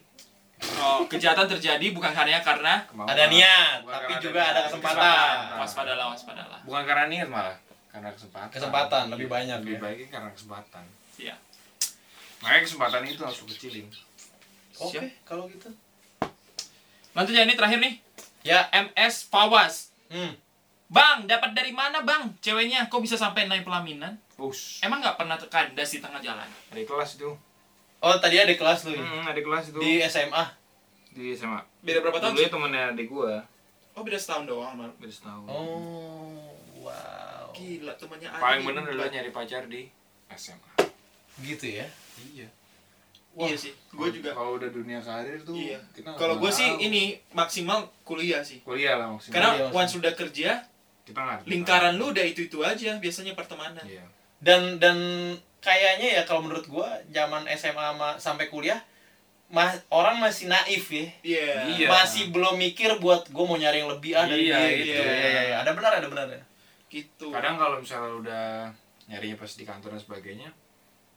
Speaker 2: oh kejahatan terjadi bukan hanya karena
Speaker 3: Kemauan.
Speaker 1: ada niat,
Speaker 3: Bukan
Speaker 1: tapi
Speaker 3: karena
Speaker 1: juga
Speaker 3: niat.
Speaker 1: ada kesempatan.
Speaker 2: waspadalah waspadalah
Speaker 3: Bukan karena niat malah, karena kesempatan. Iya,
Speaker 1: Kesempatan, lebih banyak
Speaker 3: Lebih
Speaker 1: ya.
Speaker 3: baiknya karena kesempatan.
Speaker 2: iya
Speaker 3: Makanya kesempatan itu harus lu kecilin.
Speaker 1: Oke,
Speaker 2: Siap.
Speaker 1: kalau gitu.
Speaker 2: lanjut ya ini terakhir nih
Speaker 1: Ya.
Speaker 2: ms fawas
Speaker 1: Hmm.
Speaker 2: Bang, dapat dari mana bang ceweknya? Kok bisa sampai naik pelaminan?
Speaker 3: Bus.
Speaker 2: Emang nggak pernah kandas di tengah jalan?
Speaker 3: Ada kelas itu.
Speaker 1: Oh, tadi ada kelas lu ya?
Speaker 3: Hmm, ada kelas itu.
Speaker 1: di SMA.
Speaker 3: di SMA.
Speaker 2: Beda berapa tahun
Speaker 3: Dulu
Speaker 2: sih?
Speaker 3: temennya adik gua,
Speaker 2: Oh beda setahun doang, Mar.
Speaker 3: beda
Speaker 1: Hmm.
Speaker 3: setahun.
Speaker 1: Oh, wow.
Speaker 2: Gila, temannya
Speaker 3: Paling bener adalah nyari pacar di SMA.
Speaker 1: Gitu ya.
Speaker 3: Iya.
Speaker 2: Iya sih, gue juga.
Speaker 3: Kalau udah dunia karir tuh
Speaker 2: Iya.
Speaker 3: kita nggak
Speaker 2: Kalau gue
Speaker 3: pernah
Speaker 2: sih
Speaker 3: tahu.
Speaker 2: ini maksimal kuliah sih.
Speaker 3: kuliah lah maksudnya.
Speaker 2: Karena
Speaker 1: maksudnya.
Speaker 2: once udah kerja,
Speaker 3: kita nggak ada-
Speaker 2: lingkaran lu udah itu-itu aja biasanya pertemanan.
Speaker 3: Iya.
Speaker 1: dan dan kayaknya ya kalau menurut gua zaman SMA sama- sampai kuliah ma- orang masih naif ya
Speaker 2: Iya.
Speaker 3: Iya.
Speaker 1: masih belum mikir buat gua mau nyari yang lebih ah dari
Speaker 3: Iya,
Speaker 1: dia
Speaker 3: itu.
Speaker 1: gitu Iya, iya, iya. ada benar ada benar
Speaker 2: Gitu.
Speaker 3: Kadang kalau misalnya udah nyarinya pas di kantor dan sebagainya,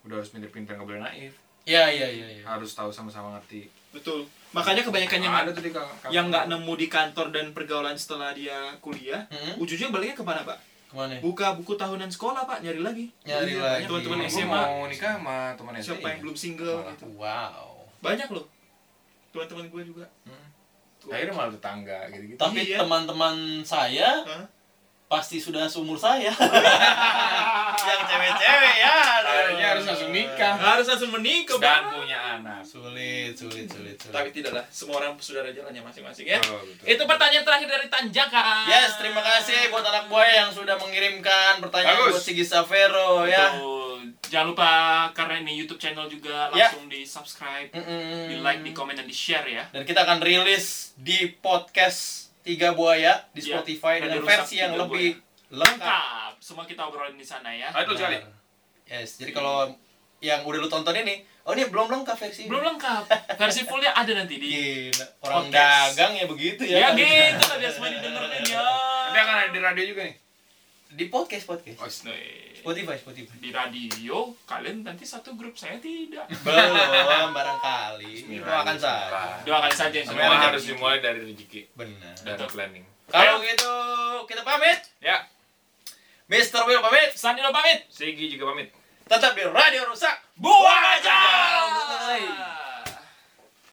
Speaker 3: udah harus pinter-pinter nggak boleh naif,
Speaker 1: ya iya iya iya
Speaker 3: harus tahu sama-sama ngerti.
Speaker 2: Betul. Makanya kebanyakan yang
Speaker 3: tuh di ka- kantor.
Speaker 2: yang nggak nemu di kantor dan pergaulan setelah dia kuliah,
Speaker 1: Mm-mm.
Speaker 2: ujungnya baliknya kemana pak?
Speaker 1: kemana ya?
Speaker 2: Buka buku tahunan sekolah pak, nyari lagi.
Speaker 1: Eh. nyari
Speaker 3: Iya,
Speaker 1: lagi
Speaker 2: teman-teman
Speaker 3: Gua
Speaker 2: SMA.
Speaker 3: mau nikah sama teman SMA.
Speaker 2: Siapa yang belum single?
Speaker 3: Malah.
Speaker 2: Gitu.
Speaker 1: wow
Speaker 2: Banyak loh. Teman-teman gue juga.
Speaker 3: Akhirnya malah tetangga gitu-gitu.
Speaker 1: tapi
Speaker 2: Iya.
Speaker 1: teman-teman saya
Speaker 2: Hah?
Speaker 1: pasti sudah seumur saya
Speaker 4: yang cewek-cewek ya aduh.
Speaker 3: Akhirnya harus langsung nikah
Speaker 2: Harus langsung menikah
Speaker 3: dan
Speaker 2: Pak.
Speaker 3: punya anak.
Speaker 1: sulit sulit sulit sulit
Speaker 2: Tapi tidaklah, semua orang saudara jalannya masing-masing ya.
Speaker 3: Oh, betul.
Speaker 2: Itu pertanyaan terakhir dari Tanjakan.
Speaker 1: Yes, terima kasih buat anak buaya yang sudah mengirimkan pertanyaan
Speaker 3: Bagus.
Speaker 1: buat Sigi Savero ya.
Speaker 2: Betul. Jangan lupa karena ini YouTube channel juga
Speaker 1: Ya. Hmm.
Speaker 2: langsung di subscribe,
Speaker 1: Mm-mm.
Speaker 2: di like, di komen dan di share ya.
Speaker 1: Dan kita akan rilis di podcast Tiga Buaya di
Speaker 2: Ya,
Speaker 1: Spotify dengan
Speaker 2: Pedro
Speaker 1: versi
Speaker 2: Sabtu
Speaker 1: yang
Speaker 2: Tiga
Speaker 1: lebih lengkap. Nah,
Speaker 2: Lengkap. Semua kita obrolin di sana ya.
Speaker 3: Aduh sekali.
Speaker 1: Yes, jadi kalau yang udah lu tonton ini, oh ini belum lengkap versi.
Speaker 2: Belum lengkap. Versi fullnya ada nanti di.
Speaker 1: Gila, orang
Speaker 2: Podcast.
Speaker 1: dagang ya begitu
Speaker 2: Ya
Speaker 1: ya. kali.
Speaker 2: gitu lah biar semua didengerin ya.
Speaker 3: Tapi akan ada di radio juga nih.
Speaker 1: Di podcast podcast.
Speaker 3: Oh,
Speaker 2: iya.
Speaker 1: Spotify, Spotify.
Speaker 2: Di radio kalian nanti satu grup saya tidak.
Speaker 1: Belum barangkali. Doakan saja.
Speaker 2: Doakan saja
Speaker 3: Semuanya
Speaker 2: semua.
Speaker 3: harus dimulai dari rezeki
Speaker 1: Benar.
Speaker 3: dan planning.
Speaker 1: Kalau gitu kita pamit.
Speaker 3: Ya,
Speaker 1: Mr. Will pamit.
Speaker 2: Sandino pamit.
Speaker 3: Segi juga pamit.
Speaker 1: tetap di radio rusak
Speaker 2: Buang aja.
Speaker 1: Buang aja.